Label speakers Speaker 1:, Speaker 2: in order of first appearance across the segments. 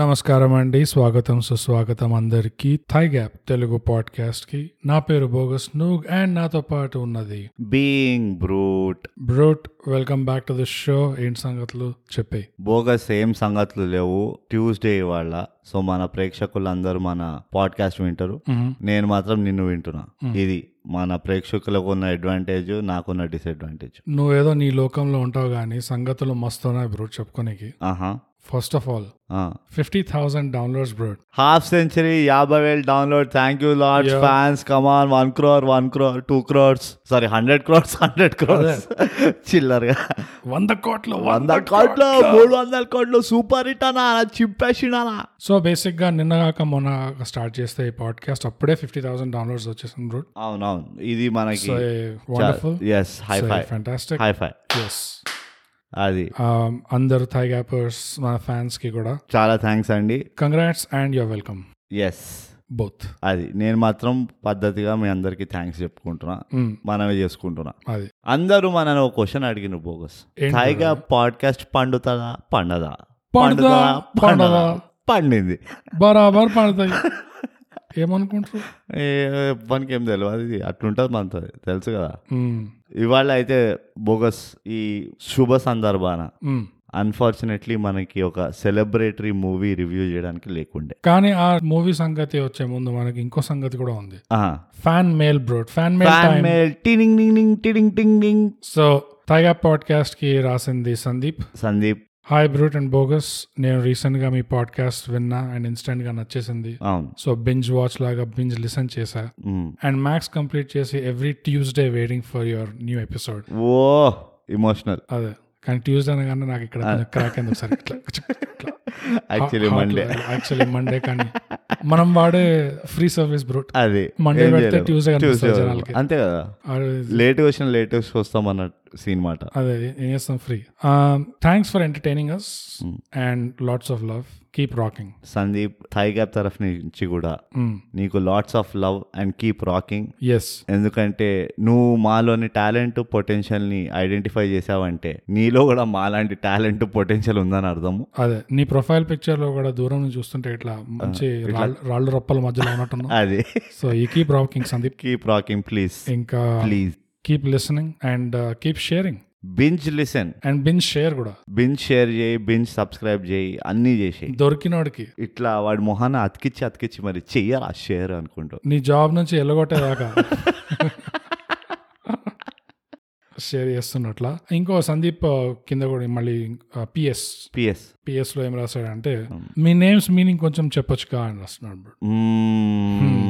Speaker 1: నమస్కారం అండి స్వాగతం సుస్వాగతం అందరికీ థై గ్యాప్ తెలుగు పాడ్కాస్ట్ కి నా పేరు బోగస్ నూగ్ అండ్ నాతో పాటు ఉన్నది
Speaker 2: being Brute
Speaker 1: Brute welcome back to the show ఏంటి సంగతులు చెప్పే
Speaker 2: బోగస్ ఏం సంగతులు లేవు ట్యూస్డే ఇవాళ సో మన ప్రేక్షకులు అందరూ మన పాడ్కాస్ట్ వింటారు నేను మాత్రం నిన్ను వింటున్నా ఇది మన ప్రేక్షకులకు ఉన్న అడ్వాంటేజ్ నాకున్న డిసడ్వాంటేజ్
Speaker 1: నువ్వేదో నీ లోకంలో ఉంటావు గానీ సంగతులు మస్తున్నాయి బ్రోట్ చెప్పుకోనికి
Speaker 2: ఆహా
Speaker 1: first of all fifty thousand downloads Brute
Speaker 2: half century యాభై వేలు download thank you lords
Speaker 1: Yeah.
Speaker 2: Fans come on one crore one crore two crores sorry hundred crores hundred crores చిల్లరగా
Speaker 1: వంద కోట్లు
Speaker 2: వంద కోట్లు మూడు వందల కోట్లు సూపర్ హిట్ అన్నా చింపేసినానా
Speaker 1: సో బేసిక్ గా నిన్న కాక మొన్న స్టార్ట్ చేస్తే ఈ పాడ్కాస్ట్ అప్పుడే ఫిఫ్టీ థౌసండ్ డౌన్లోడ్స్ వచ్చేసింది బ్రోట్
Speaker 2: అవునవును ఇది మనకి
Speaker 1: సో వండర్ఫుల్
Speaker 2: ఎస్ హై ఫై
Speaker 1: ఫెంటాస్టిక్
Speaker 2: హై ఫై
Speaker 1: ఎస్
Speaker 2: అది
Speaker 1: Um, అందరు థై గ్యాపర్స్ మా ఫ్యాన్స్ కి కూడా
Speaker 2: చాలా థ్యాంక్స్ అండి
Speaker 1: congrats and your welcome
Speaker 2: yes
Speaker 1: both
Speaker 2: అది నేను మాత్రం పద్ధతిగా మీ అందరికీ థ్యాంక్స్ చెప్పుకుంటున్నా
Speaker 1: Hmm.
Speaker 2: మనమే చేసుకుంటున్నా
Speaker 1: అది
Speaker 2: అందరూ మనని ఒక క్వశ్చన్ అడిగిన బోగస్
Speaker 1: ఏంటి
Speaker 2: హాయిగా పాడ్కాస్ట్ పండుతుందా పండదా
Speaker 1: పండుతుందా? పండదా?
Speaker 2: పండింది
Speaker 1: బరాబర్ పడతాయి ఏమనుకుంటారు
Speaker 2: ఏ, మనకేం తెలియదు ఇది అట్లుంటుంది మనతో తెలుసు కదా
Speaker 1: Mm,
Speaker 2: ఇవాళ అయితే బోగస్ ఈ శుభ సందర్భాన
Speaker 1: mm.
Speaker 2: అన్ఫార్చునేట్లీ మనకి ఒక సెలబ్రేటరీ మూవీ రివ్యూ చేయడానికి లేకుండే
Speaker 1: కానీ ఆ మూవీ సంగతి వచ్చే ముందు మనకి ఇంకో సంగతి కూడా ఉంది
Speaker 2: ఆహా.
Speaker 1: Fan mail Brute fan mail
Speaker 2: fan
Speaker 1: time
Speaker 2: mail టిడింగ్ డింగ్ డింగ్ టిడింగ్ టింగ్ డింగ్
Speaker 1: సో థైగా పాడ్కాస్ట్ కి రాసింది Sandeep
Speaker 2: Sandeep
Speaker 1: hi Brute and Bogus నేను రీసెంట్ గా మీ పాడ్కాస్ట్ విన్నా అండ్ ఇన్స్టెంట్ గా నచ్చేసింది
Speaker 2: అవును
Speaker 1: సో బింజ్ వాచ్ లాగా బింజ్ లిసన్ చేశా
Speaker 2: మ్మ్.
Speaker 1: అండ్ మ్యాక్స్ కంప్లీట్ చేసి every Tuesday waiting for your new episode
Speaker 2: ఓ ఇమోషనల్
Speaker 1: అదే కానీ ట్యూస్డే అనగానే నాకు ఇక్కడ కొంచెం క్రాక్ అయింది ఒకసారి ఇట్లా, ఇట్లా, ఇట్లా.
Speaker 2: Actually
Speaker 1: Heart
Speaker 2: Monday
Speaker 1: level. Actually Monday కానీ మనం వాడే ఫ్రీ సర్వీస్ బ్రూట్
Speaker 2: అది
Speaker 1: Monday
Speaker 2: ఏం
Speaker 1: పెడితే
Speaker 2: చేయలేము.
Speaker 1: Tuesday కనిపిస్తుంది
Speaker 2: Tuesday వరకు.
Speaker 1: జనాలకి.
Speaker 2: అంతే కదా లేట్ వచ్చిన లేటెస్ట్ వస్తాం అన్న సీన్ మాట
Speaker 1: అదే ఏం చేస్తాం free thanks for entertaining us and lots of love keep rocking
Speaker 2: Sandeep థై గ్యాప్ తరఫు నుంచి కూడా నీకు lots of love and keep rocking
Speaker 1: yes
Speaker 2: ఎందుకంటే నువ్వు మాలోని టాలెంట్ పొటెన్షియల్ ని ఐడెంటిఫై చేసావంటే నీలో కూడా మాలాంటి టాలెంట్ పొటెన్షియల్ ఉందని అర్థము
Speaker 1: అదే నీ ప్రొఫైల్ పిక్చర్ లో కూడా దూరం నుంచి చూస్తుంటే ఇట్లా మంచి రాళ్ళు రాళ్ళు రొప్పల మధ్యలో ఉన్నట్టున్నావు
Speaker 2: అది
Speaker 1: సో ఈ keep rocking Sandeep
Speaker 2: keep rocking please
Speaker 1: ఇంకా
Speaker 2: please
Speaker 1: keep listening and keep sharing
Speaker 2: binge listen
Speaker 1: and binge share కూడా
Speaker 2: బింజ్ షేర్ చేయి బింజ్ సబ్స్క్రైబ్ చేయి అన్నీ చేసి
Speaker 1: దొరికినోడికి
Speaker 2: ఇట్లా వాడి మొహాన్ని అతికిచ్చి అతికిచ్చి మరి చెయ్యరా షేర్ అనుకుంటూ
Speaker 1: నీ జాబ్ నుంచి ఎల్లగొట్టేదాకా షేర్ చేస్తున్నట్ల ఇంకో సందీప్ ఆ, కింద కూడా మళ్ళీ పిఎస్
Speaker 2: పిఎస్
Speaker 1: పిఎస్ లో ఏం రాశాడంటే మీ నేమ్స్ మీనింగ్ కొంచెం చెప్పొచ్చుగా అని రాస్తున్నాడు Hmm.
Speaker 2: Hmm.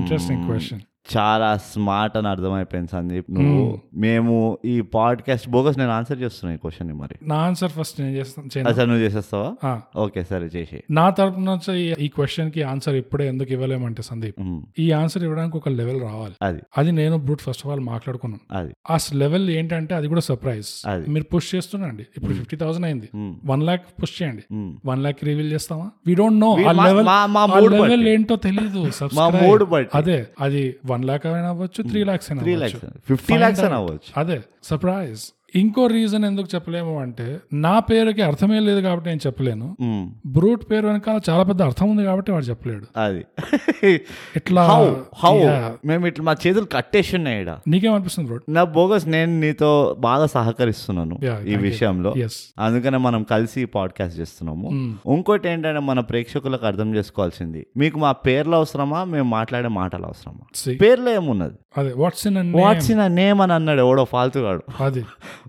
Speaker 1: ఇంట్రెస్టింగ్ క్వశ్చన్
Speaker 2: చాలా స్మార్ట్ అని అర్థమైపోయింది సందీప్ నువ్వు
Speaker 1: Hmm.
Speaker 2: మేము ఈ పాడ్కాస్ట్ బోగస్ నేను ఆన్సర్ చేస్తున్నా ఈ క్వశ్చన్ మరి
Speaker 1: నా ఆన్సర్ ఫస్ట్ నేను చేస్తాను చేయను.
Speaker 2: అసలు నువ్వు చేసేస్తావా
Speaker 1: ఆ,
Speaker 2: ఓకే సరే చేసి
Speaker 1: నా తరపు నుంచి ఈ- ఈ క్వశ్చన్ కి ఆన్సర్ ఇప్పుడే ఎందుకు ఇవ్వలేమంటే సందీప్
Speaker 2: మ్మ్.
Speaker 1: ఈ ఆన్సర్ ఇవ్వడానికి ఒక లెవెల్ రావాలి
Speaker 2: Hmm. అది
Speaker 1: అది నేను బ్రూట్ ఫస్ట్ ఆఫ్ ఆల్ మాట్లాడుకున్నాను
Speaker 2: అది
Speaker 1: ఆ లెవెల్ ఏంటంటే అది కూడా సర్ప్రైజ్
Speaker 2: అది. Hmm.
Speaker 1: మీరు పుష్ చేస్తున్నాండి ఇప్పుడు ఫిఫ్టీ థౌసండ్ అయింది
Speaker 2: మ్మ్.
Speaker 1: వన్ లాక్ పుష్ చేయండి
Speaker 2: మ్మ్.
Speaker 1: వన్ లాక్ రివీల్ చేస్తామా వి డోంట్ నో ఆ
Speaker 2: Hmm. మా-
Speaker 1: లెవెల్
Speaker 2: మా- మా
Speaker 1: ఆ
Speaker 2: mood
Speaker 1: లెవెల్
Speaker 2: బట్టి.
Speaker 1: ఏంటో తెలియదు
Speaker 2: మా
Speaker 1: subscribe.
Speaker 2: మూడు బట్టి
Speaker 1: అదే అది వన్ లాక్ అయినా అవ్వచ్చు త్రీ లాక్స్ అయినా
Speaker 2: త్రీ
Speaker 1: అవ్వచ్చు
Speaker 2: ల్యాక్స్ ఫిఫ్టీ ల్యాక్స్ అని అవ్వచ్చు
Speaker 1: అదే సర్ప్రైజ్ ఇంకో రీజన్ ఎందుకు చెప్పలేము అంటే నా పేరుకి అర్థమే లేదు కాబట్టి నేను చెప్పలేను
Speaker 2: మ్మ్.
Speaker 1: బ్రూట్ పేరు వెనకాల చాలా పెద్ద అర్థం ఉంది కాబట్టి వాడు చెప్పలేడు
Speaker 2: అది
Speaker 1: ఇట్లా
Speaker 2: హౌ హౌ
Speaker 1: Uh, Yeah.
Speaker 2: మేము ఇట్లా మా చేతులు కట్టేసి ఉన్నాయి ఈడ.
Speaker 1: నీకేమనిపిస్తుంది బ్రూట్
Speaker 2: నా బోగస్ నేను నీతో బాగా సహకరిస్తున్నాను
Speaker 1: Yeah,
Speaker 2: ఈ
Speaker 1: thank you.
Speaker 2: విషయంలో
Speaker 1: ఎస్
Speaker 2: అందుకనే మనం కలిసి పాడ్కాస్ట్ చేస్తున్నాము
Speaker 1: Hmm.
Speaker 2: ఇంకోటి ఏంటంటే మన ప్రేక్షకులకు అర్థం చేసుకోవాల్సింది మీకు మా పేర్లు అవసరమా మేము మాట్లాడే మాటలు అవసరమా
Speaker 1: See.
Speaker 2: పేర్లో ఏమున్నది
Speaker 1: అదే what's in
Speaker 2: what's in name అని అన్నాడు ఎవడో ఫాల్తుగాడు
Speaker 1: అది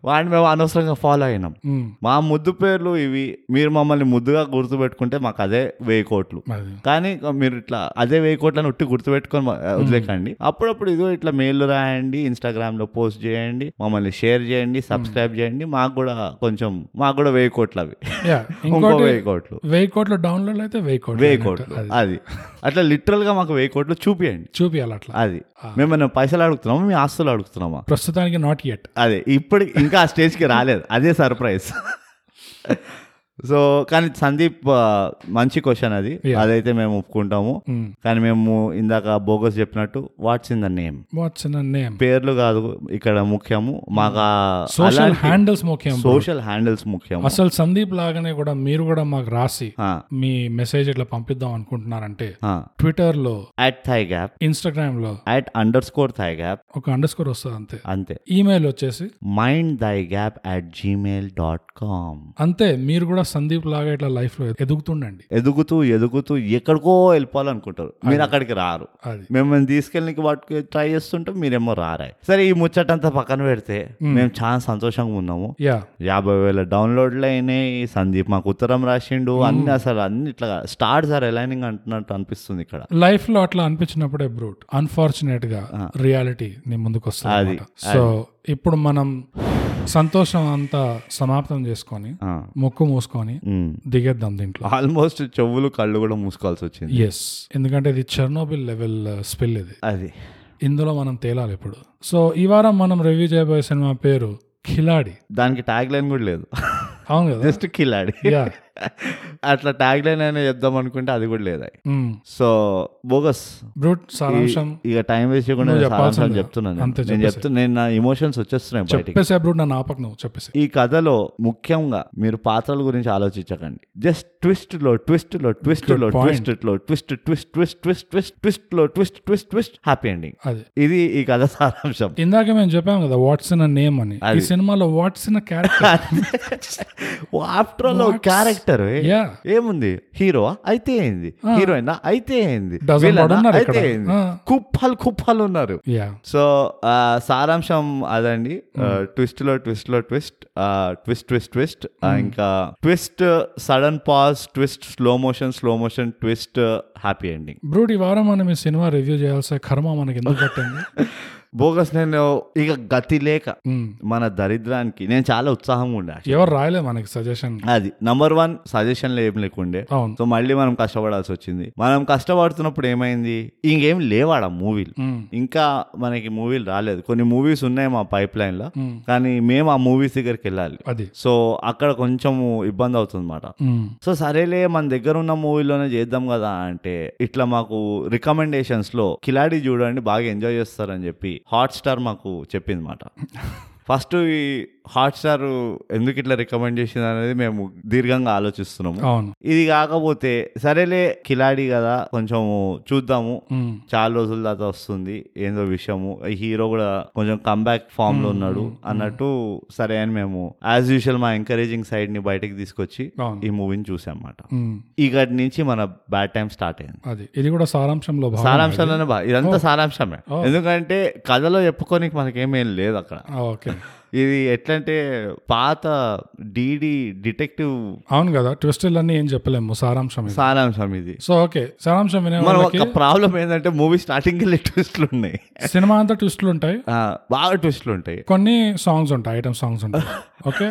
Speaker 2: వాడిని మేము అనవసరంగా ఫాలో అయినాం
Speaker 1: Mm.
Speaker 2: మా ముద్దు పేర్లు ఇవి మీరు మమ్మల్ని ముద్దుగా గుర్తుపెట్టుకుంటే మాకు అదే వెయ్యి కోట్లు
Speaker 1: అది
Speaker 2: కానీ మీరు ఇట్లా అదే వెయ్యి కోట్లను ఉట్టి గుర్తుపెట్టుకొని మా- వదిలేకండి అప్పుడప్పుడు ఇదో ఇట్లా మెయిల్ రాయండి ఇన్స్టాగ్రామ్ లో పోస్ట్ చేయండి మమ్మల్ని షేర్ చేయండి సబ్స్క్రైబ్ చేయండి మాకు కూడా కొంచెం మాకు కూడా వెయ్యి కోట్లు అవి
Speaker 1: Yeah.
Speaker 2: ఇంకో
Speaker 1: ఇంకోటి
Speaker 2: వెయ్యి కోట్లు
Speaker 1: వెయ్యి కోట్ల డౌన్లోడ్ అయితే వెయ్యి కోట్లు
Speaker 2: వెయ్యి
Speaker 1: అన్నట్టు.
Speaker 2: కోట్లు
Speaker 1: అది.
Speaker 2: అది అట్లా లిటరల్ గా మాకు వెయ్యి కోట్లు చూపియండి
Speaker 1: చూపియాలి అట్లా
Speaker 2: అది మేము పైసలు అడుగుతున్నాము మీ ఆస్తులు అడుగుతున్నామా
Speaker 1: ప్రస్తుతానికి నాట్ ఎట్
Speaker 2: అదే ఇప్పుడు ఇంకా ఆ స్టేజ్కి రాలేదు అదే సర్ప్రైజ్ సో కానీ సందీప్ ఆ, మంచి క్వశ్చన్ అది
Speaker 1: Yeah. Hmm.
Speaker 2: అదైతే మేము ఒప్పుకుంటాము కానీ మేము ఇందాక బోగస్ చెప్పినట్టు what's in the name
Speaker 1: what's in name
Speaker 2: పేర్లు కాదు ఇక్కడ ముఖ్యము మాకు
Speaker 1: సోషల్ హ్యాండిల్స్ Hmm. ముఖ్యం bro.
Speaker 2: సోషల్ హ్యాండిల్స్ ముఖ్యము
Speaker 1: అసలు సందీప్ లాగానే కూడా మీరు కూడా మాకు రాసి
Speaker 2: ఆ,
Speaker 1: మీ మెసేజ్ ఇట్లా పంపిద్దాం అనుకుంటున్నారంటే
Speaker 2: ఆ.
Speaker 1: ట్విట్టర్ లో
Speaker 2: అట్ థై గ్యాప్
Speaker 1: ఇన్స్టాగ్రామ్ లో
Speaker 2: at underscore thigh gap
Speaker 1: ఒక అండర్ స్కోర్ వస్తుంది అంతే
Speaker 2: అంతే
Speaker 1: ఈమెయిల్ వచ్చేసి
Speaker 2: mind thigh gap at Gmail dot com
Speaker 1: అంతే మీరు కూడా సందీప్ లాగా ఇట్లా లైఫ్ లో ఎదుగుతుండండి
Speaker 2: ఎదుగుతూ ఎదుగుతూ ఎక్కడికో వెళ్ళిపోవాలనుకుంటారు మీరు అక్కడికి రారు
Speaker 1: అది
Speaker 2: మిమ్మల్ని తీసుకెళ్ళడానికి వాటికి ట్రై చేస్తుంటే మీరేమో రారాయి సరే ఈ ముచ్చటంతా పక్కన పెడితే మేము చాలా సంతోషంగా ఉన్నాము
Speaker 1: యా
Speaker 2: యాభై వేల డౌన్లోడ్లు అయినాయి సందీప్ మాకు ఉత్తరం రాసిండు అన్ని అసలు అన్ని ఇట్లా స్టార్స్ ఆర్ అలైనింగ్ అంటున్నట్టు అనిపిస్తుంది ఇక్కడ
Speaker 1: లైఫ్ లో అట్లా అనిపించినప్పుడే బ్రూట్ అన్ఫార్చునేట్ గా రియాలిటీ నీ ముందుకు వస్తుంది సో ఇప్పుడు మనం సంతోషం అంతా సమాప్తం చేసుకొని ముక్కు మూసుకొని దిగేద్దాం దీంట్లో
Speaker 2: ఆల్మోస్ట్ చెవులు కళ్ళు కూడా మూసుకోవాల్సి వచ్చింది
Speaker 1: ఎస్ ఎందుకంటే ఇది చెర్నోబిల్ లెవెల్ స్పిల్ ఇది
Speaker 2: అది
Speaker 1: ఇందులో మనం తేలాలి ఇప్పుడు సో ఈ వారం మనం రివ్యూ చేయబోయే సినిమా పేరు ఖిలాడి
Speaker 2: దానికి ట్యాగ్ లైన్ కూడా లేదు
Speaker 1: అవును కదా
Speaker 2: జస్ట్ కిలాడి
Speaker 1: యా
Speaker 2: అట్లా ట్యాగ్ లైన్ అయినా చెప్దాం అనుకుంటే అది కూడా లేదా సో బోగస్
Speaker 1: Hmm. బ్రూట్ సారాంశం
Speaker 2: ఇక టైం వేస్ట్ చేయకుండా నేను
Speaker 1: చెప్పాల్సిందే.
Speaker 2: సారాంశం చెప్తున్నాను నేను.
Speaker 1: అంతే
Speaker 2: నేను చెప్తున్నా నేను నా ఇమోషన్స్ వచ్చేస్తున్నాయి బయటికి
Speaker 1: చెప్పేసే బ్రూట్ నన్ను ఆపకు నువ్వు చెప్పేసి
Speaker 2: ఈ కథలో ముఖ్యంగా మీరు పాత్రల గురించి ఆలోచించకండి జస్ట్ ట్విస్ట్ లో ట్విస్ట్ లో ట్విస్ట్ లో
Speaker 1: point.
Speaker 2: ట్విస్ట్ లో twist twist twist twist twist twist లో twist twist twist happy ending
Speaker 1: అది
Speaker 2: ఇది ఈ కథ సారాంశం
Speaker 1: ఇందాక మేము చెప్పాం కదా వాట్స్ ఇన్ నేమ్ అని ఈ సినిమాలో what's in character
Speaker 2: after all character
Speaker 1: yeah
Speaker 2: ఏముంది హీరో అయితే ఏంది హీరోయిన్ అయితే ఏంది
Speaker 1: Dozen
Speaker 2: villain
Speaker 1: వాడు ఉన్నారు
Speaker 2: అయితే
Speaker 1: ఇక్కడ.
Speaker 2: ఏంది
Speaker 1: ఆ.
Speaker 2: కుప్పాలు కుప్పాలు ఉన్నారు
Speaker 1: యా
Speaker 2: సో ఆ, సారాంశం అదండి ట్విస్ట్ లో ట్విస్ట్ లో ట్విస్ట్ ట్విస్ట్ ట్విస్ట్ ట్విస్ట్ ఇంకా twist sudden pause twist slow motion slow motion twist happy ending
Speaker 1: brute ఈ వారం మనం ఈ సినిమా రివ్యూ చేయాల్సిన కర్మ మనకి ఎందుకు పట్టింది
Speaker 2: బోగస్ నేను ఇక గతి లేక
Speaker 1: Hmm.
Speaker 2: మన దరిద్రానికి నేను చాలా ఉత్సాహంగా ఉండే actually.
Speaker 1: ఎవరు రాయలే మనకి సజెషన్
Speaker 2: అది నంబర్ వన్ సజెషన్లు ఏం లేకుండే
Speaker 1: అవును
Speaker 2: సో మళ్ళీ మనం కష్టపడాల్సి వచ్చింది మనం కష్టపడుతున్నప్పుడు ఏమైంది ఇంకేం లేవాడ మూవీలు
Speaker 1: మ్మ్.
Speaker 2: ఇంకా మనకి మూవీలు రాలేదు కొన్ని మూవీస్ ఉన్నాయి మా పైప్ లైన్ లో
Speaker 1: మ్మ్.
Speaker 2: కానీ మేము ఆ మూవీస్ దగ్గరికి వెళ్ళాలి
Speaker 1: అది
Speaker 2: సో అక్కడ కొంచెము ఇబ్బంది అవుతుంది అన్నమాట
Speaker 1: మ్మ్.
Speaker 2: సో సరేలే మన దగ్గర ఉన్న మూవీలోనే చేద్దాం కదా అంటే ఇట్లా మాకు రికమెండేషన్స్ లో కిలాడి చూడండి బాగా ఎంజాయ్ చేస్తారని చెప్పి హాట్ స్టార్ మాకు చెప్పింది మాట ఫస్ట్ ఈ హాట్ స్టార్ ఎందుకు ఇట్లా రికమెండ్ చేసింది అనేది మేము దీర్ఘంగా ఆలోచిస్తున్నాము
Speaker 1: అవును
Speaker 2: ఇది కాకపోతే సరేలే కిలాడి కదా కొంచెం చూద్దాము
Speaker 1: మ్మ్.
Speaker 2: చాలా రోజుల తర్వాత వస్తుంది ఏందో విషయము ఈ హీరో కూడా కొంచెం కంబ్యాక్ ఫామ్ లో ఉన్నాడు అన్నట్టు సరే అని మేము యాజ్ యూజువల్ మా ఎంకరేజింగ్ సైడ్ ని బయటకు తీసుకొచ్చి
Speaker 1: అవును.
Speaker 2: ఈ మూవీని చూసాం అన్నమాట
Speaker 1: మ్మ్.
Speaker 2: ఇక నుంచి మన బ్యాడ్ టైం స్టార్ట్ అయింది
Speaker 1: అది ఇది కూడా సారాంశంలో భాగం
Speaker 2: సారాంశంలోనే బా ఇదంతా సారాంశమే ఎందుకంటే కథలో చెప్పుకోనికి మనకేమేం లేదు అక్కడ
Speaker 1: ఆ, ఓకే
Speaker 2: ఇది ఎట్లంటే పాత డీడీ డిటెక్టివ్
Speaker 1: అవును కదా ట్విస్టులు అన్ని ఏం చెప్పలేము సారాంశం ఇది.
Speaker 2: సారాంశం ఇది
Speaker 1: సో ఓకే సారాంశం వినే
Speaker 2: మనం
Speaker 1: వాళ్ళకి
Speaker 2: ఒక ప్రాబ్లం ఏంటంటే మూవీ స్టార్టింగ్ వెళ్ళి ట్విస్ట్లు ఉన్నాయి
Speaker 1: సినిమా అంతా ట్విస్టులు ఉంటాయి
Speaker 2: ఆ, బాగా ట్విస్ట్లు ఉంటాయి
Speaker 1: కొన్ని సాంగ్స్ ఉంటాయి ఐటమ్ సాంగ్స్ ఉంటాయి ఓకే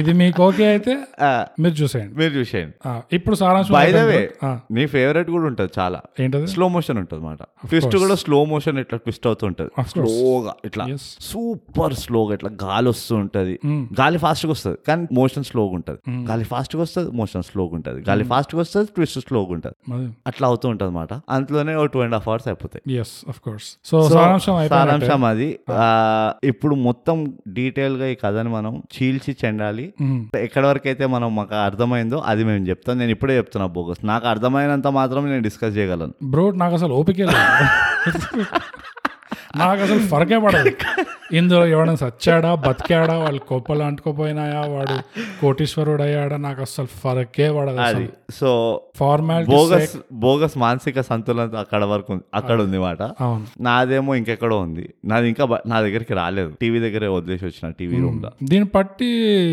Speaker 1: ఇది మీకు ఓకే అయితే
Speaker 2: ఆ,
Speaker 1: మీరు చూసేయండి
Speaker 2: మీరు చూసేయండి
Speaker 1: ఆ, ఇప్పుడు సారాంశం
Speaker 2: బై ద
Speaker 1: ఏంటంటే-
Speaker 2: వే
Speaker 1: ఆ,
Speaker 2: నీ ఫేవరెట్ కూడా ఉంటుంది చాలా
Speaker 1: ఏంటది
Speaker 2: స్లో మోషన్ ఉంటుంది మాట ట్విస్ట్ కూడా స్లో మోషన్ ఇట్లా ట్విస్ట్ అవుతుంటది స్లోగా ఇట్లా
Speaker 1: Yes. Mm.
Speaker 2: సూపర్ స్లోగా ఇట్లా గాలి వస్తూ ఉంటది గాలి ఫాస్ట్ గా వస్తుంది కానీ మోషన్ స్లోగా ఉంటది గాలి ఫాస్ట్ గా వస్తుంది మోషన్ స్లోగా ఉంటది గాలి
Speaker 1: Mm.
Speaker 2: ఫాస్ట్ గా వస్తుంది ట్విస్ట్ స్లోగా ఉంటది అట్లా అవుతూ ఉంటది అన్నమాట అంతలోనే ఓ టూ అండ్ హాఫ్ అవర్స్ అయిపోతాయి
Speaker 1: ఎస్ అఫ్ కోర్స్ సో సారాంశం అయిపోయినట్టే
Speaker 2: సారాంశం అది ఆ, ఇప్పుడు మొత్తం డీటెయిల్ గా ఈ కథని మనం చీల్చి చెండాలి
Speaker 1: మ్మ్.
Speaker 2: ఎక్కడి వరకు అయితే మనం మాకు అర్థమైందో అది మేము చెప్తాం నేను ఇప్పుడే చెప్తున్నా బోగస్ నాకు అర్థమైనంత మాత్రం నేను డిస్కస్ చేయగలను
Speaker 1: బ్రో నాకు అసలు ఓపికే లేదు నాకు అసలు ఫరకే పడదు ఇందులో ఎవడైనా సచ్చాడా బతికాడా వాళ్ళు కొప్పలు అంటుకోపోయినాయా వాడు కోటీశ్వరుడు అయ్యాడా నాకు అసలు ఫరకే పడదు
Speaker 2: అది సో
Speaker 1: ఫార్మాలిటీ
Speaker 2: బోగస్ బోగస్ మానసిక సంతులన అక్కడ వరకు ఉంది అక్కడ ఉంది మాట
Speaker 1: అవును
Speaker 2: నాదేమో ఇంకెక్కడో ఉంది నాది ఇంకా బ- నా దగ్గరికి రాలేదు టీవీ దగ్గరే వదిలేసి వచ్చిన టీవీ రూమ్ లో
Speaker 1: దీన్ని పట్టి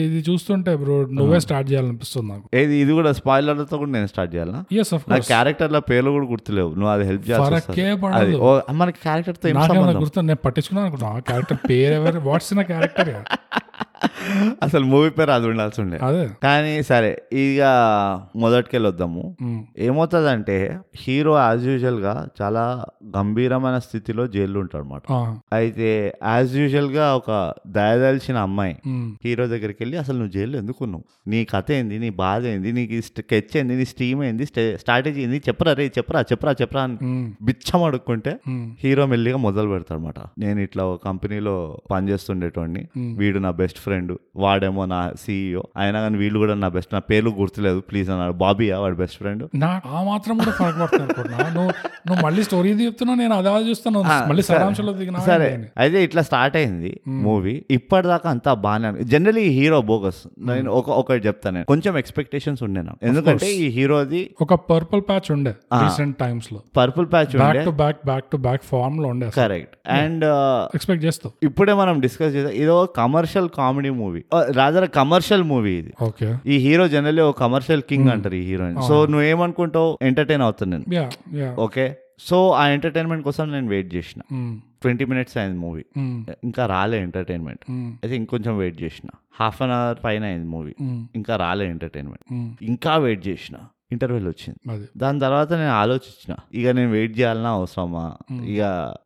Speaker 1: ఇది చూస్తుంటే బ్రో నువ్వే స్టార్ట్ చేయాలనిపిస్తుంది నాకు
Speaker 2: ఏది ఇది కూడా స్పాయిలర్లతో కూడా నేను స్టార్ట్ చేయాలా
Speaker 1: ఎస్ అఫ్
Speaker 2: నా
Speaker 1: కోర్స్
Speaker 2: క్యారెక్టర్ల పేర్లు కూడా గుర్తులేవు నువ్వు అది హెల్ప్ చేయాలి
Speaker 1: ఫరకే
Speaker 2: అది
Speaker 1: పడదు
Speaker 2: ఓ మన క్యారెక్టర్తో ఏం
Speaker 1: నాకేమన్నా
Speaker 2: సంబంధం
Speaker 1: గుర్తు నేను పట్టించుకున్నాను అనుకున్నా క్యారెక్టర్ పేరు ఎవరు వాట్స్ నా క్యారెక్టర్
Speaker 2: అసలు మూవీ పేరు అది ఉండాల్సి ఉండే
Speaker 1: అదే
Speaker 2: కానీ సరే ఇక మొదటికెళ్ళొద్దాము
Speaker 1: ఉమ్,
Speaker 2: ఏమవుతుందంటే హీరో యాజ్ యూజువల్ గా చాలా గంభీరమైన స్థితిలో జైల్లో ఉంటాడు అనమాట
Speaker 1: ఆ,
Speaker 2: అయితే యాజ్ యూజువల్ గా ఒక దయదలిచిన అమ్మాయి
Speaker 1: ఉమ్,
Speaker 2: హీరో దగ్గరికి వెళ్ళి అసలు నువ్వు జైల్లో ఎందుకున్నావు నీ కథ ఏంది నీ బాధ ఏంది నీకు ఈ స్కెచ్ ఏంది నీ స్టీమ్ ఏంది స్టే- స్ట్రాటజీ ఏంది చెప్పరా రే చెప్పరా చెప్పరా చెప్పరా అని
Speaker 1: ఉమ్,
Speaker 2: బిచ్చం అడుక్కుంటే
Speaker 1: ఉమ్,
Speaker 2: హీరో మెల్లిగా మొదలు పెడతాడు అనమాట నేను ఇట్లా ఒక కంపెనీలో పనిచేస్తుండేటోడిని వీడు నా బెస్ట్ ఫ్రెండ్ వాడేమో నా సీఈఓ అయినా కానీ వీళ్ళు కూడా నా బెస్ట్ నా పేర్లు గుర్తులేదు ప్లీజ్ అన్నాడు బాబీయా వాడు బెస్ట్ ఫ్రెండ్
Speaker 1: నా ఆ మాత్రం కూడా ఫరక పడుతుంది అనుకుంటున్నా నువ్వు నువ్వు మళ్ళీ స్టోరీ చెప్తున్నావు నేను అదే చూస్తాను మళ్ళీ సారాంశంలో దిగినా
Speaker 2: సరే అయితే ఇట్లా స్టార్ట్ అయింది మూవీ ఇప్పటిదాకా అంతా బాగానే జనరలీ హీరో బోగస్ నేను ఒక ఒకటి చెప్తాను నేను కొంచెం ఎక్స్పెక్టేషన్స్ ఉండే నాకు ఎందుకంటే ఈ హీరోది
Speaker 1: ఒక పర్పుల్ ప్యాచ్ ఉండే రీసెంట్ టైమ్స్ లో
Speaker 2: పర్పుల్ ప్యాచ్
Speaker 1: బ్యాక్
Speaker 2: ఉండే
Speaker 1: to back back to back form లో ఉండే
Speaker 2: కరెక్ట్ అండ్
Speaker 1: ఎక్స్పెక్ట్ చేస్తావు
Speaker 2: uh, ఇప్పుడే మనం డిస్కస్ చేసాం ఇది ఒక commercial comedy movie rather commercial movie ఇది
Speaker 1: ఓకే
Speaker 2: ఈ హీరో జనరలీ ఒక కమర్షియల్ కింగ్ అంటారు ఈ హీరోయిన్ సో నువ్వేమనుకుంటావు ఎంటర్టైన్ అవుతాను నేను
Speaker 1: యా యా
Speaker 2: ఓకే సో ఆ ఎంటర్టైన్మెంట్ కోసం నేను వెయిట్ చేసిన
Speaker 1: Hmm,
Speaker 2: ట్వంటీ మినిట్స్ అయింది మూవీ ఇంకా రాలే ఎంటర్టైన్మెంట్
Speaker 1: hmm,
Speaker 2: అయితే ఇంకొంచెం వెయిట్ చేసిన హాఫ్ అన్ అవర్ పైన అయింది మూవీ
Speaker 1: hmm.
Speaker 2: ఇంకా రాలే ఎంటర్టైన్మెంట్ ఇంకా వెయిట్ చేసిన ఇంటర్వెల్ వచ్చింది
Speaker 1: అది
Speaker 2: దాని తర్వాత నేను ఆలోచించిన ఇక నేను వెయిట్ చేయాలన్నా అవసరమా ఇక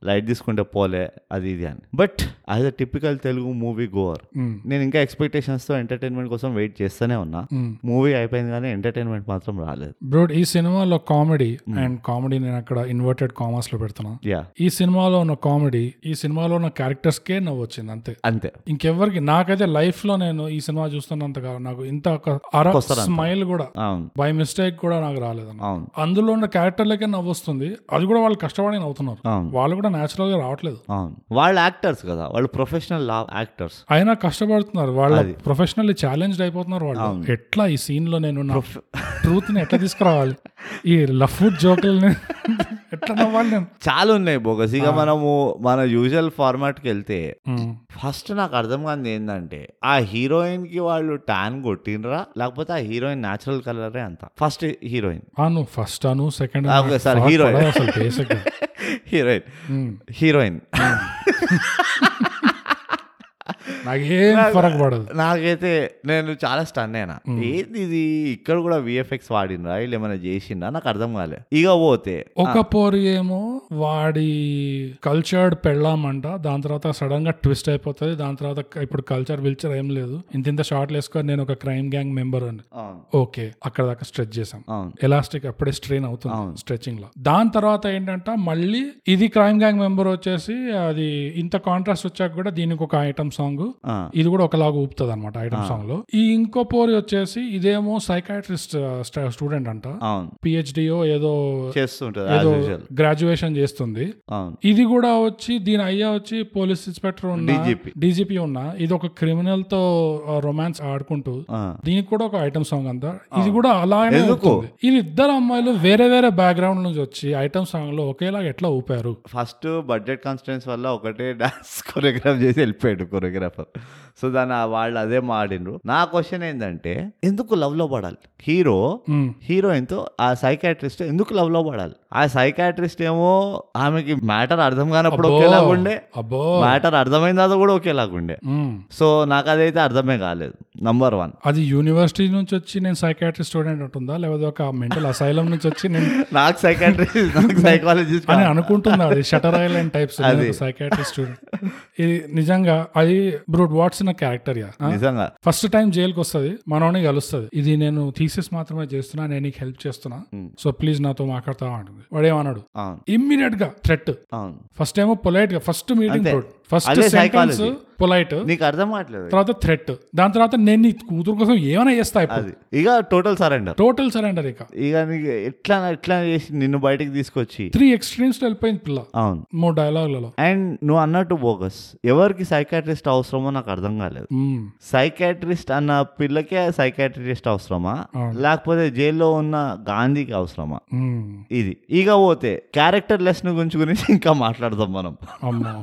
Speaker 2: లైట్ తీసుకుంటే పోలే అది ఇది అని but as a typical Telugu movie గోవర్
Speaker 1: ఉమ్,
Speaker 2: నేను ఇంకా expectations తో ఎంటర్టైన్మెంట్ కోసం వెయిట్ చేస్తూనే ఉన్నా
Speaker 1: ఉమ్.
Speaker 2: మూవీ అయిపోయింది కానీ ఎంటర్టైన్మెంట్ మాత్రం రాలేదు
Speaker 1: బ్రూడ్ ఈ సినిమాలో కామెడీ
Speaker 2: Hmm.
Speaker 1: అండ్ కామెడీ నేను అక్కడ ఇన్వర్టెడ్ కామర్స్ లో పెడుతున్నా
Speaker 2: యా
Speaker 1: ఈ సినిమాలో ఉన్న కామెడీ ఈ సినిమాలో ఉన్న క్యారెక్టర్స్ కే నవ్వు వచ్చింది అంతే
Speaker 2: అంతే
Speaker 1: ఇంకెవ్వరికి నాకైతే లైఫ్ లో నేను ఈ సినిమా చూస్తున్నంతగా నాకు ఇంత ఒక అర స్మైల్ కూడా
Speaker 2: అవును
Speaker 1: బై మిస్టేక్ కూడా నాకు రాలేదన్న
Speaker 2: అవును
Speaker 1: అందులో ఉన్న క్యారెక్టర్లకే నవ్వు వస్తుంది అది కూడా వాళ్ళు కష్టపడి నవ్వుతున్నారు
Speaker 2: అవును.
Speaker 1: వాళ్ళు కూడా నేచురల్ గా రావట్లేదు
Speaker 2: అవును వాళ్ళు యాక్టర్స్ కదా వాళ్ళు ప్రొఫెషనల్ యాక్టర్స్
Speaker 1: అయినా కష్టపడుతున్నారు వాళ్ళ ప్రొఫెషనల్లీ ఛాలెంజ్డ్ అయిపోతున్నారు వాళ్ళు ఎట్లా ఈ సీన్ లో నేను నా ట్రూత్ ని ఎట్లా తీసుకురావాలి ఈ లఫ్డ్ జోకుల్ని ఎట్లా నవ్వాలి నేను
Speaker 2: చాలా ఉన్నాయి బోగస్ ఇక మనము మన యూజువల్ ఫార్మాట్ కి వెళ్తే
Speaker 1: ఉమ్,
Speaker 2: ఫస్ట్ నాకు అర్థం కానిది ఏంటంటే ఆ హీరోయిన్ కి వాళ్ళు టాన్ కొట్టినరా లేకపోతే ఆ హీరోయిన్ న్యాచురల్ కలరే అంత ఫస్ట్ హీరోయిన్
Speaker 1: ఆ నువ్వు ఫస్ట్ అను సెకండ్
Speaker 2: ఆ, ఓకే, సార్, hero.
Speaker 1: అసలు బేసిక్ గా
Speaker 2: హీరోయిన్
Speaker 1: ఉమ్,
Speaker 2: హీరోయిన్
Speaker 1: నాకేం ఫరక్ పడదు
Speaker 2: నాకైతే నేను చాలా స్టన్ అయినా ఏంది ఇది ఇక్కడ కూడా విఎఫ్ఎక్స్ వాడినరా వీళ్ళు ఏమైనా చేసిండ్రా నాకు అర్థం కాలే ఇక పోతే
Speaker 1: ఒక పోరు ఏమో వాడి కల్చర్డ్ పెళ్ళామంట దాని తర్వాత సడన్ గా ట్విస్ట్ అయిపోతుంది దాని తర్వాత ఇప్పుడు కల్చర్ విల్చర్ ఏం లేదు ఇంత ఇంత షార్ట్లు వేసుకొని నేను ఒక క్రైమ్ గ్యాంగ్ మెంబర్ అని
Speaker 2: అవును
Speaker 1: ఓకే అక్కడ దాకా స్ట్రెచ్ చేసాం
Speaker 2: అవును
Speaker 1: ఎలాస్టిక్ అప్పుడే స్ట్రెయిన్ అవుతుంది స్ట్రెచింగ్ లో దాని తర్వాత ఏంటంటే మళ్ళీ ఇది క్రైమ్ గ్యాంగ్ మెంబర్ వచ్చేసి అది ఇంత కాంట్రాస్ట్ వచ్చాక కూడా దీనికి ఒక ఐటమ్ సాంగ్
Speaker 2: ఆ,
Speaker 1: ఇది కూడా ఒకలాగా ఊపుతుంది అనమాట ఐటమ్ సాంగ్ లో ఈ ఇంకో పోరి వచ్చేసి ఇదేమో సైకాట్రిస్ట్ స్టూడెంట్ అంట
Speaker 2: అవును
Speaker 1: పిహెచ్డియో ఏదో
Speaker 2: చేస్తుంటది
Speaker 1: ఏదో
Speaker 2: యాజ్ యూజువల్
Speaker 1: గ్రాడ్యుయేషన్ చేస్తుంది
Speaker 2: అవును
Speaker 1: ఇది కూడా వచ్చి దీని అయ్యా వచ్చి పోలీస్ ఇన్స్పెక్టర్ ఉన్న
Speaker 2: DGP.
Speaker 1: డీజీపీ ఉన్న ఇది ఒక క్రిమినల్ తో రొమాన్స్ ఆడుకుంటూ
Speaker 2: ఆ,
Speaker 1: దీనికి కూడా ఒక ఐటమ్ సాంగ్ అంతా ఇది కూడా అలాగే
Speaker 2: ఎందుకు?
Speaker 1: ఇది ఇద్దరు అమ్మాయిలు వేరే వేరే బ్యాక్గ్రౌండ్ నుంచి వచ్చి ఐటమ్ సాంగ్ లో ఒకేలాగా ఎట్లా ఊపారు
Speaker 2: ఫస్ట్ బడ్జెట్ కాన్స్టెన్స్ వల్ల ఒకటే డాన్స్ కొరియోగ్రాఫ్ చేసి వెళ్ళిపోయాడు కొరియోగ్రాఫర్ సో దాని ఆ వాళ్ళు అదే మాడిండ్రు నా క్వశ్చన్ ఏంటంటే ఎందుకు love లో పడాలి హీరో
Speaker 1: మ్మ్.
Speaker 2: హీరోయిన్తో ఆ సైకాట్రిస్ట్ ఎందుకు love లో పడాలి ఆ సైకాట్రిస్ట్ ఏమో ఆమెకి మ్యాటర్ అర్థం కానప్పుడు ఒకేలాగా ఉండే
Speaker 1: అబ్బో
Speaker 2: మ్యాటర్ అర్థమైన తర్వాత కూడా ఒకేలాగా ఉండే
Speaker 1: మ్మ్.
Speaker 2: సో నాకు అదైతే అర్థమే కాలేదు నంబర్ వన్
Speaker 1: అది యూనివర్సిటీ నుంచి వచ్చి నేను సైకాట్రిస్ట్ స్టూడెంట్ ఉంటుందా లేకపోతే ఒక మెంటల్ అసైలం నుంచి వచ్చి నేను
Speaker 2: నాకు సైకాట్రిస్ట్ నాకు సైకాలజిస్ట్
Speaker 1: అని అనుకుంటున్నా అది Shutter Island types psychiatrist student ఇది నిజంగా అది బ్రూట్ వాట్స్ నా క్యారెక్టర్ యా
Speaker 2: నిజంగా
Speaker 1: ఫస్ట్ టైం జైలుకి వస్తుంది మనోని కలుస్తుంది ఇది నేను థీసిస్ మాత్రమే చేస్తున్నా నేను నీకు హెల్ప్ చేస్తున్నా
Speaker 2: Hmm.
Speaker 1: సో ప్లీజ్ నాతో మాట్లాడతావా అంటుంది వాడు ఏమన్నాడు
Speaker 2: అవును
Speaker 1: ఇమ్మీడియట్ గా థ్రెట్
Speaker 2: అవును
Speaker 1: ఫస్ట్ ఏమో పొలైట్ గా ఫస్ట్ మీటింగ్ ఫస్ట్
Speaker 2: అదే
Speaker 1: సెంటెన్స్
Speaker 2: psychology.
Speaker 1: పొలైట్
Speaker 2: నీకు అర్థం కావట్లేదు
Speaker 1: తర్వాత థ్రెట్ దాని తర్వాత నేను నీ కూతురు కోసం ఏమైనా చేస్తా ఇప్పుడు
Speaker 2: అది ఇక టోటల్ సరెండర్
Speaker 1: టోటల్ సరెండర్ ఇక
Speaker 2: ఇక నీకు ఎట్లా ఎట్లా చేసి నిన్ను బయటకు తీసుకొచ్చి
Speaker 1: త్రీ ఎక్స్ట్రీమ్స్ లో వెళ్ళిపోయింది పిల్ల
Speaker 2: అవును
Speaker 1: మూడు డైలాగులలో
Speaker 2: అండ్ నువ్వు అన్నట్టు బోగస్ ఎవరికి సైకాట్రిస్ట్ అవసరమో నాకు అర్థం కాలేదు
Speaker 1: మ్మ్.
Speaker 2: సైకాట్రిస్ట్ అన్న పిల్లకే సైకాట్రిస్ట్ అవసరమా లేకపోతే జైల్లో ఉన్న గాంధీకి అవసరమా
Speaker 1: మ్మ్.
Speaker 2: ఇది ఇక పోతే క్యారెక్టర్ లెస్ గురించి గురించి ఇంకా మాట్లాడదాం మనం
Speaker 1: అమ్మో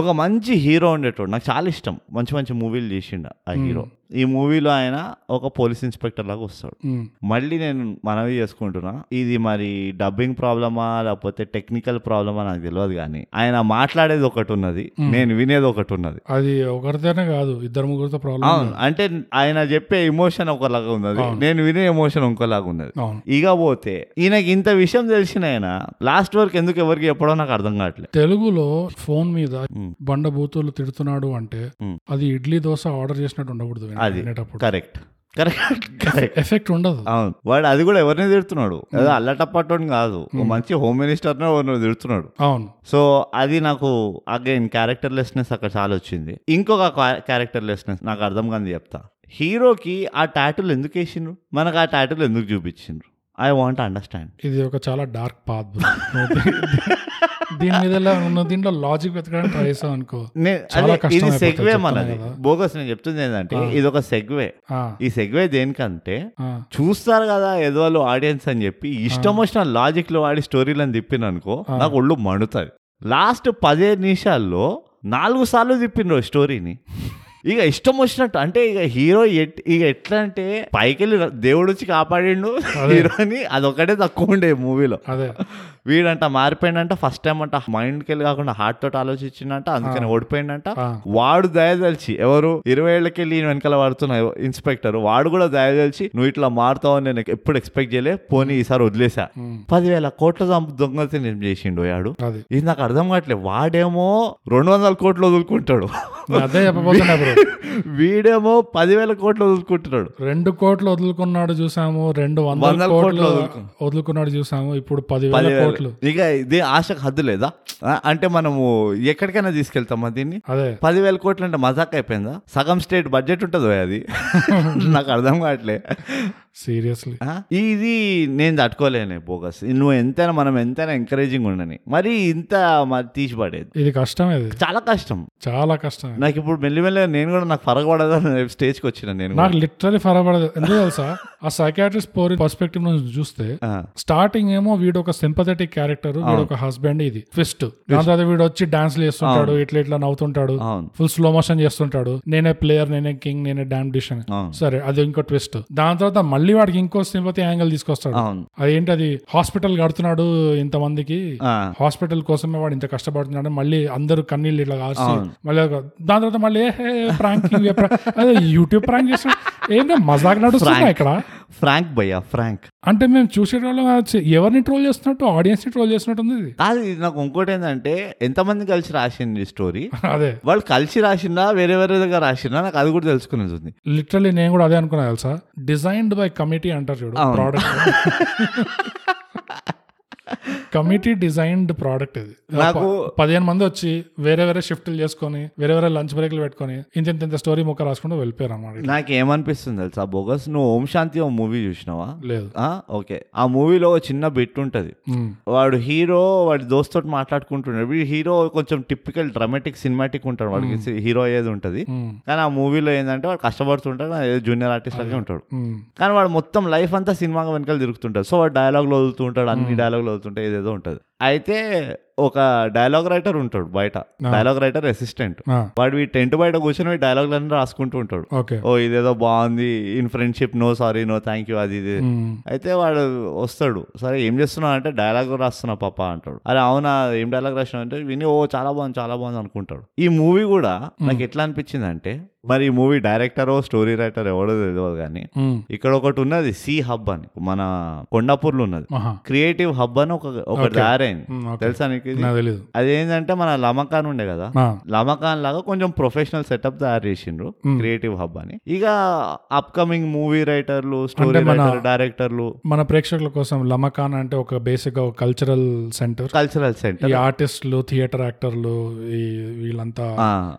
Speaker 2: ఒక మంచి హీరో ఉండేటోడు నాకు చాలా ఇష్టం మంచి మంచి మూవీలు చేసిండు ఆ హీరో ఈ మూవీలో ఆయన ఒక పోలీస్ ఇన్స్పెక్టర్ లాగా వస్తాడు
Speaker 1: Hmm.
Speaker 2: మళ్ళీ నేను మనవి చేసుకుంటున్నా ఇది మరి డబ్బింగ్ ప్రాబ్లమా లేకపోతే టెక్నికల్ ప్రాబ్లమా నాకు తెలియదు కానీ ఆయన మాట్లాడేది ఒకటి ఉన్నది నేను వినేది ఒకటి ఉన్నది
Speaker 1: అది ఒకరితోనే కాదు ఇద్దరు ముగ్గురితో ప్రాబ్లం
Speaker 2: అవును అంటే ఆయన చెప్పే ఎమోషన్ ఒకలాగా ఉన్నది నేను వినే ఎమోషన్ ఇంకోలాగా ఉన్నది
Speaker 1: అవును.
Speaker 2: ఇక పోతే ఈయనకి ఇంత విషయం తెలిసిన ఆయన లాస్ట్ వరకు ఎందుకు ఎవరికి చెప్పడో నాకు అర్థం కావట్లేదు
Speaker 1: తెలుగులో ఫోన్ మీద
Speaker 2: మ్.
Speaker 1: బండ బూతులు తిడుతున్నాడు అంటే
Speaker 2: మ్.
Speaker 1: అది ఇడ్లీ దోశ ఆర్డర్ చేసినట్టు ఉండకూడదు విన-
Speaker 2: అది.
Speaker 1: వినేటప్పుడు
Speaker 2: కరెక్ట్ కరెక్ట్ కరెక్ట్
Speaker 1: ఎఫెక్ట్ ఉండదు
Speaker 2: అవును వాడు అది కూడా ఎవరిని తిడుతున్నాడు ఏదో అల్లటప్పటోని కాదు ఓ మంచి హోమ్ మినిస్టర్నే ఎవరిని తిడుతున్నాడు
Speaker 1: అవును
Speaker 2: సో అది నాకు అగైన్ క్యారెక్టర్ లెస్నెస్ అక్కడ చాలా వచ్చింది ఇంకొక క్యారెక్టర్ లెస్నెస్ నాకు అర్థం కాని చెప్తా హీరోకి ఆ టాటూలు ఎందుకు వేసిండ్రు మనకు ఆ టాటూలు ఎందుకు చూపించిండ్రు ఐ వాంట్ అండర్స్టాండ్
Speaker 1: ఇది ఒక చాలా డార్క్ పాత్ దీని మీద ఎలా ఉన్న దీంట్లో లాజిక్ వెతకడానికి ట్రై చేసాం అనుకో చాలా కష్టం అయిపోతుంది
Speaker 2: ఇది సెగ్వే
Speaker 1: చెప్తున్నా
Speaker 2: మనది
Speaker 1: కదా.
Speaker 2: బోగస్ నేను చెప్తుంది ఏంటంటే ఇది ఒక సెగ్వే
Speaker 1: ఆ,
Speaker 2: ఈ సెగ్వే దేనికంటే
Speaker 1: ఆ,
Speaker 2: చూస్తారు కదా ఏదో వాళ్ళు ఆడియన్స్ అని చెప్పి ఇష్టం వచ్చిన లాజిక్లు వాడి స్టోరీలను తిప్పిన అనుకో నాకు ఒళ్ళు మండుతుంది లాస్ట్ పదిహేను నిమిషాల్లో నాలుగు సార్లు తిప్పిండ్రు స్టోరీని ఇక ఇష్టం వచ్చినట్టు అంటే ఇక హీరో ఎట్- ఇక ఎట్లా అంటే పైకి వెళ్ళి ర- దేవుడు వచ్చి కాపాడిండు హీరోని అదొకటే తక్కువ ఉండే మూవీలో
Speaker 1: అదే
Speaker 2: వీడంట మారిపోయిండంట ఫస్ట్ టైం అంట మైండ్కి వెళ్ళి కాకుండా హార్ట్ తోటి ఆలోచించిండంట అందుకని ఓడిపోయిండంట
Speaker 1: ఆ.
Speaker 2: వాడు దయదలిచి ఎవరు ఇరవై ఏళ్ళకి వెళ్ళి ఈయన వెనకాల వాడుతున్న ఇన్స్పెక్టర్ వాడు కూడా దయదలిచి నువ్వు ఇట్లా మారుతావు అని నేను ఎప్పుడు ఎక్స్పెక్ట్ చేయలే పోనీ ఈసారి వదిలేసా
Speaker 1: ఉమ్,
Speaker 2: పదివేల కోట్ల దొంగ- దొంగతనం చేసిండు వాడు
Speaker 1: అది
Speaker 2: ఇది నాకు అర్థం కావట్లేదు వాడేమో రెండు వందల కోట్లు వదులుకుంటాడు
Speaker 1: నేను అదే చెప్పబోతున్నా బ్రో
Speaker 2: వీడేమో పదివేల కోట్లు వదులుకుంటున్నాడు
Speaker 1: రెండు కోట్లు వదులుకున్నాడు చూసాము రెండు వందల
Speaker 2: వందల
Speaker 1: కోట్లు
Speaker 2: కోట్లు
Speaker 1: వదులుకున్నాడు చూసాము ఇప్పుడు పదివేల
Speaker 2: పదివేల.
Speaker 1: కోట్లు
Speaker 2: ఇక ఇది ఆశకు హద్దు లేదా ఆ, అంటే మనము ఎక్కడికైనా తీసుకెళ్తామా దీన్ని
Speaker 1: అదే
Speaker 2: పదివేల కోట్లు అంటే మజాక్ అయిపోయిందా సగం స్టేట్ బడ్జెట్ ఉంటుందో అది నాకు అర్థం కావట్లే
Speaker 1: సీరియస్లీ
Speaker 2: ఆ? ఇది నేను తట్టుకోలేను బోగస్ నువ్వు ఎంతైనా మనం ఎంతైనా ఎంకరేజింగ్ ఉండని మరి ఇంత మరి తీసి పడేది
Speaker 1: ఇది కష్టం ఇది
Speaker 2: చాలా కష్టం
Speaker 1: చాలా కష్టం
Speaker 2: నాకు ఇప్పుడు మెల్లిమెల్లిగా నేను కూడా నాకు పడదని స్టేజ్కి వచ్చిన నేను కూడా.
Speaker 1: నాకు లిటరలీ పడదు ఎందుకు తెలుసా ఆ సైకాట్రిస్ట్ పోరి పర్స్పెక్టివ్ నుంచి చూస్తే
Speaker 2: ఆ,
Speaker 1: స్టార్టింగ్ ఏమో వీడు ఒక సింపథెటిక్ క్యారెక్టర్ వీడు ఒక హస్బెండ్ ఇది ఫిస్ట్ దాని తర్వాత వీడు వచ్చి డాన్స్ చేస్తుంటాడు ఇట్లా ఇట్లా నవ్వుతుంటాడు
Speaker 2: అవును
Speaker 1: ఫుల్ స్లో మోషన్ చేస్తుంటాడు నేనే ప్లేయర్ నేనే కింగ్ నేనే డామ్ డిష్ అని
Speaker 2: అవును
Speaker 1: సరే అది ఇంకో ట్విస్ట్ దాని తర్వాత మళ్ళీ వాడికి ఇంకో సింపతి యాంగిల్ తీసుకొస్తాడు
Speaker 2: అవును
Speaker 1: అదేంటి అది హాస్పిటల్ కడుతున్నాడు ఇంతమందికి
Speaker 2: ఆ,
Speaker 1: హాస్పిటల్ కోసమే వాడు ఇంత కష్టపడుతున్నాడు మళ్ళీ అందరూ కన్నీళ్ళు ఇట్లా కాల్చి మళ్ళీ ఒక- దాని తర్వాత మళ్ళీ ఏ హే ప్రాంక్ ఇవే ప్రాంక్. అదే యూట్యూబ్ ప్రాంక్ చేస్తాడు ఏంటో మజాక్ నడుస్తున్నా ఇక్కడ
Speaker 2: ఫ్రాంక్ భయ్యా ఫ్రాంక్
Speaker 1: అంటే మేము చూసేటోళ్ళం వచ్చి- ఎవరిని ట్రోల్ చేస్తున్నట్టు ఆడియన్స్ ని ట్రోల్ చేసినట్టు ఉంది ఇది.
Speaker 2: కాదు ఇది నాకు ఇంకోటి ఏంటంటే ఎంతమంది కలిసి రాసింది స్టోరీ
Speaker 1: అదే
Speaker 2: వాళ్ళు కలిసి రాసిందా వేరే వేరే దగ్గర రాసిందా నాకు అది కూడా తెలుసుకునేది ఉంది
Speaker 1: లిటరలీ నేను కూడా అదే అనుకున్నా తెలుసా డిజైన్డ్ బై కమిటీ అంటారు చూడు
Speaker 2: అవును.
Speaker 1: ప్రోడక్ట్ కమిటీ డిజైన్డ్ ప్రోడక్ట్ ఇది
Speaker 2: నాకు-
Speaker 1: ప- పదిహేను మంది వచ్చి వేరే వేరే షిఫ్ట్లు చేసుకొని వేరే వేరే లంచ్ బ్రేక్లు పెట్టుకొని ఇంత ఇంత ఇంత స్టోరీ ముక్క రాసుకుంటూ వెళ్ళిపోయారు అన్నమాట
Speaker 2: నాకేమనిపిస్తుంది తెలుసా బోగస్ నువ్వు ఓం శాంతి ఓ మూవీ చూసినావా
Speaker 1: లేదు
Speaker 2: ఆ, ఓకే ఆ మూవీలో ఒక చిన్న బిట్ ఉంటుంది
Speaker 1: ఉమ్,
Speaker 2: వాడు హీరో వాడి దోస్త్ తోటి మాట్లాడుకుంటున్నాడు వీడు హీరో కొంచెం టిపికల్ డ్రామాటిక్ సినిమాటిక్ ఉంటాడు వాడికి హీరో అయ్యేది ఉంటుంది
Speaker 1: ఉమ్,
Speaker 2: కానీ ఆ మూవీలో ఏంటంటే వాడు కష్టపడుతుంటాడు ఏదో జూనియర్ ఆర్టిస్ట్ లాగే ఉంటాడు
Speaker 1: ఉమ్,
Speaker 2: కానీ వాడు మొత్తం లైఫ్ అంతా సినిమా వెనకాల తిరుగుతుంటాడు సో వాడు డైలాగ్లు వదులుతూ ఉంటాడు అన్ని డైలాగ్లు వదులుతుంటాయి ఏదేదో ఉంటుంది అయితే ఒక డైలాగ్ రైటర్ ఉంటాడు బయట డైలాగ్ రైటర్ అసిస్టెంట్
Speaker 1: ఆ,
Speaker 2: వాడు ఈ టెంట్ బయట కూర్చొని డైలాగ్లన్నీ రాసుకుంటూ ఉంటాడు
Speaker 1: ఓకే
Speaker 2: ఓ ఇదేదో బాగుంది in friendship no sorry no thank you అది ఇది
Speaker 1: ఉమ్,
Speaker 2: అయితే వాడు వస్తాడు సరే ఏం చేస్తున్నావు అంటే డైలాగ్ రాస్తున్నా పాప అంటాడు అరే అవునా ఏం డైలాగ్ రాసినావు అంటే విని ఓ చాలా బాగుంది చాలా బాగుంది అనుకుంటాడు ఈ మూవీ కూడా నాకు ఎట్లా అనిపించింది అంటే మరి ఈ మూవీ డైరెక్టరో స్టోరీ రైటర్ ఎవడో తెలియదు కానీ
Speaker 1: ఉమ్,
Speaker 2: ఇక్కడ ఒకటి ఉన్నది సి హబ్ అని మన కొండాపూర్లో ఉన్నది
Speaker 1: ఆహా,
Speaker 2: క్రియేటివ్ హబ్ అని ఒక ఒకటి తయారైంది
Speaker 1: ఉమ్, ఓకే.
Speaker 2: తెలుసా నీకు ఇది?
Speaker 1: నాకు తెలీదు
Speaker 2: అదేంటంటే మన లమకాన్ ఉండే కదా
Speaker 1: ఆ,
Speaker 2: లమకాన్ లాగా కొంచెం ప్రొఫెషనల్ సెటప్ తయారు చేసిండ్రు క్రియేటివ్ హబ్ అని ఇక అప్కమింగ్ మూవీ రైటర్లు స్టోరీ రైటర్ డైరెక్టర్లు
Speaker 1: మన ప్రేక్షకుల కోసం లమకాన్ అంటే ఒక బేసిక్ గా ఒక కల్చరల్ సెంటర్
Speaker 2: కల్చరల్
Speaker 1: ఈ
Speaker 2: సెంటర్
Speaker 1: ఆర్టిస్టులు థియేటర్ యాక్టర్లు ఈ వీళ్ళంతా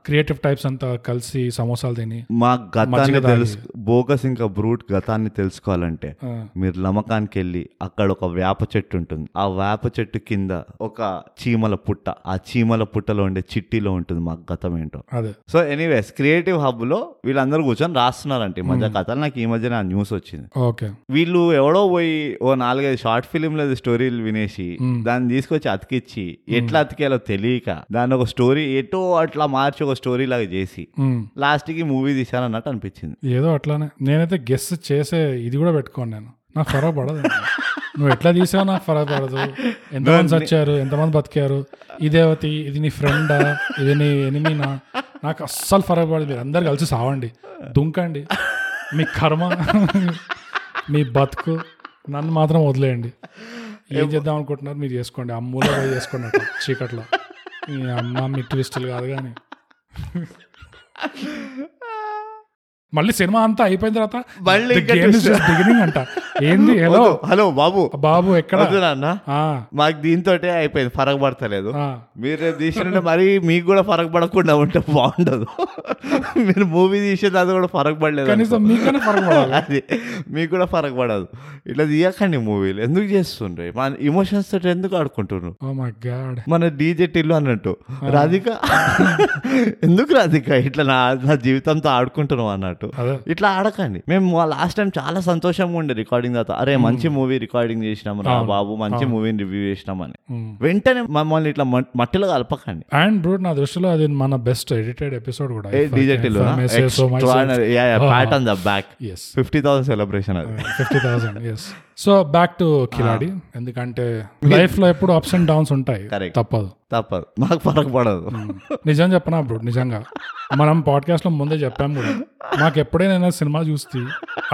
Speaker 1: క్రియేటివ్ టైప్స్ అంతా కలిసి సమోసాలు తిని
Speaker 2: మా గతాన్ని తెలుసు బోగస్ ఇంకా బ్రూట్ గతాన్ని తెలుసుకోవాలంటే
Speaker 1: ఆ,
Speaker 2: మీరు లమకానికి వెళ్ళి అక్కడ ఒక వేప చెట్టు ఉంటుంది ఆ వేప చెట్టు కింద కింద ఒక చీమల పుట్ట ఆ చీమల పుట్టలో ఉండే చిట్టిలో ఉంటుంది మాకు గతం ఏంటో
Speaker 1: అదే
Speaker 2: సో ఎనీవేస్ క్రియేటివ్ హబ్ లో వీళ్ళందరూ కూర్చొని రాస్తున్నారంట ఈ మధ్య కథలు నాకు ఈ మధ్యన న్యూస్ వచ్చింది
Speaker 1: ఓకే
Speaker 2: వీళ్ళు ఎవడో పోయి ఓ నాలుగైదు షార్ట్ ఫిలింల స్టోరీలు వినేసి దాన్ని తీసుకొచ్చి అతికిచ్చి ఎట్లా అతికేయాలో తెలియక దాన్ని ఒక స్టోరీ ఎటో అట్లా మార్చి ఒక స్టోరీ లాగా చేసి లాస్ట్ కి మూవీ తీశాను అన్నట్టు అనిపించింది
Speaker 1: ఏదో అట్లానే నేనైతే గెస్ చేసే ఇది కూడా పెట్టుకోను నేను నాకు ఫరవ పడదు నువ్వు ఎట్లా తీసావు నాకు ఫరవ పడదు ఎంతమంది చచ్చారు ఎంతమంది బతికారు ఇదేవతి ఇది నీ ఫ్రెండా ఇది నీ ఎనిమినా నాకు అస్సలు ఫరవ పడదు మీరు అందరు కలిసి సావండి దుంకండి మీ కర్మ మీ బతుకు నన్ను మాత్రం వదిలేయండి ఏం చేద్దాం అనుకుంటున్నారు మీరు చేసుకోండి అమ్మూలో పోయి చేసుకోండి అట్లా చీకట్లో మీ అమ్మ మీ ట్విస్టులు కాదు కానీ మళ్ళీ సినిమా అంతా అయిపోయిన తర్వాత
Speaker 2: మళ్ళీ
Speaker 1: "The
Speaker 2: ఇంకా
Speaker 1: game is just beginning" అంట ఏంది హలో
Speaker 2: వద్దు, హలో బాబు
Speaker 1: బాబు ఎక్కడ
Speaker 2: వద్దు నాన్న
Speaker 1: ఆ,
Speaker 2: మాకు దీంతోటే అయిపోయింది ఫరక్ పడతలేదు
Speaker 1: ఆ.
Speaker 2: మీరు రేపు తీసిన మరి మీకు కూడా ఫరక్ పడకుండా ఉంటే బాగుండదు మీరు మూవీ తీసేది అది కూడా ఫరక్ పడలేదు
Speaker 1: కనీసం మీకన్నా ఫరక పడాలి
Speaker 2: అది మీకు కూడా ఫరక్ పడదు ఇట్లా తీయకండి మూవీలు ఎందుకు చేస్తుండ్రు మన ఇమోషన్స్ తోటి ఎందుకు ఆడుకుంటున్నారు
Speaker 1: ఓ మై గాడ్
Speaker 2: మన డీజే టిల్లు అన్నట్టు రాధిక ఎందుకు రాధిక ఇట్లా నా నా జీవితంతో ఆడుకుంటున్నాం అన్నట్టు
Speaker 1: అదే.
Speaker 2: ఇట్లా ఆడకండి మేము లాస్ట్ టైం చాలా సంతోషంగా ఉండే రికార్డింగ్ తర్వాత అరే మంచి మూవీ రికార్డింగ్ చేసినాం రా బాబు మంచి మూవీని రివ్యూ చేసినామని వెంటనే మమ్మల్ని ఇట్లా మట్- మట్టిలో కలపకండి
Speaker 1: అండ్ బ్రూట్ నా దృష్టిలో అది మన బెస్ట్ ఎడిటెడ్ ఎపిసోడ్ కూడా
Speaker 2: DJ Tillu
Speaker 1: Oh,
Speaker 2: pat on the back
Speaker 1: yes
Speaker 2: fifty thousand celebration అది
Speaker 1: fifty thousand yes so back to
Speaker 2: Ah.
Speaker 1: కిలాడి ఎందుకంటే లైఫ్ లో ఎప్పుడు అప్స్ అండ్ డౌన్స్ ఉంటాయి
Speaker 2: Correct.
Speaker 1: తప్పదు
Speaker 2: తప్పదు మాకు ఫరక్ పడదు
Speaker 1: నిజం చెప్పనా బ్రో నిజంగా మనం పాడ్కాస్ట్ లో ముందే చెప్పాం కూడా నాకు ఎప్పుడైనా సినిమా చూస్తే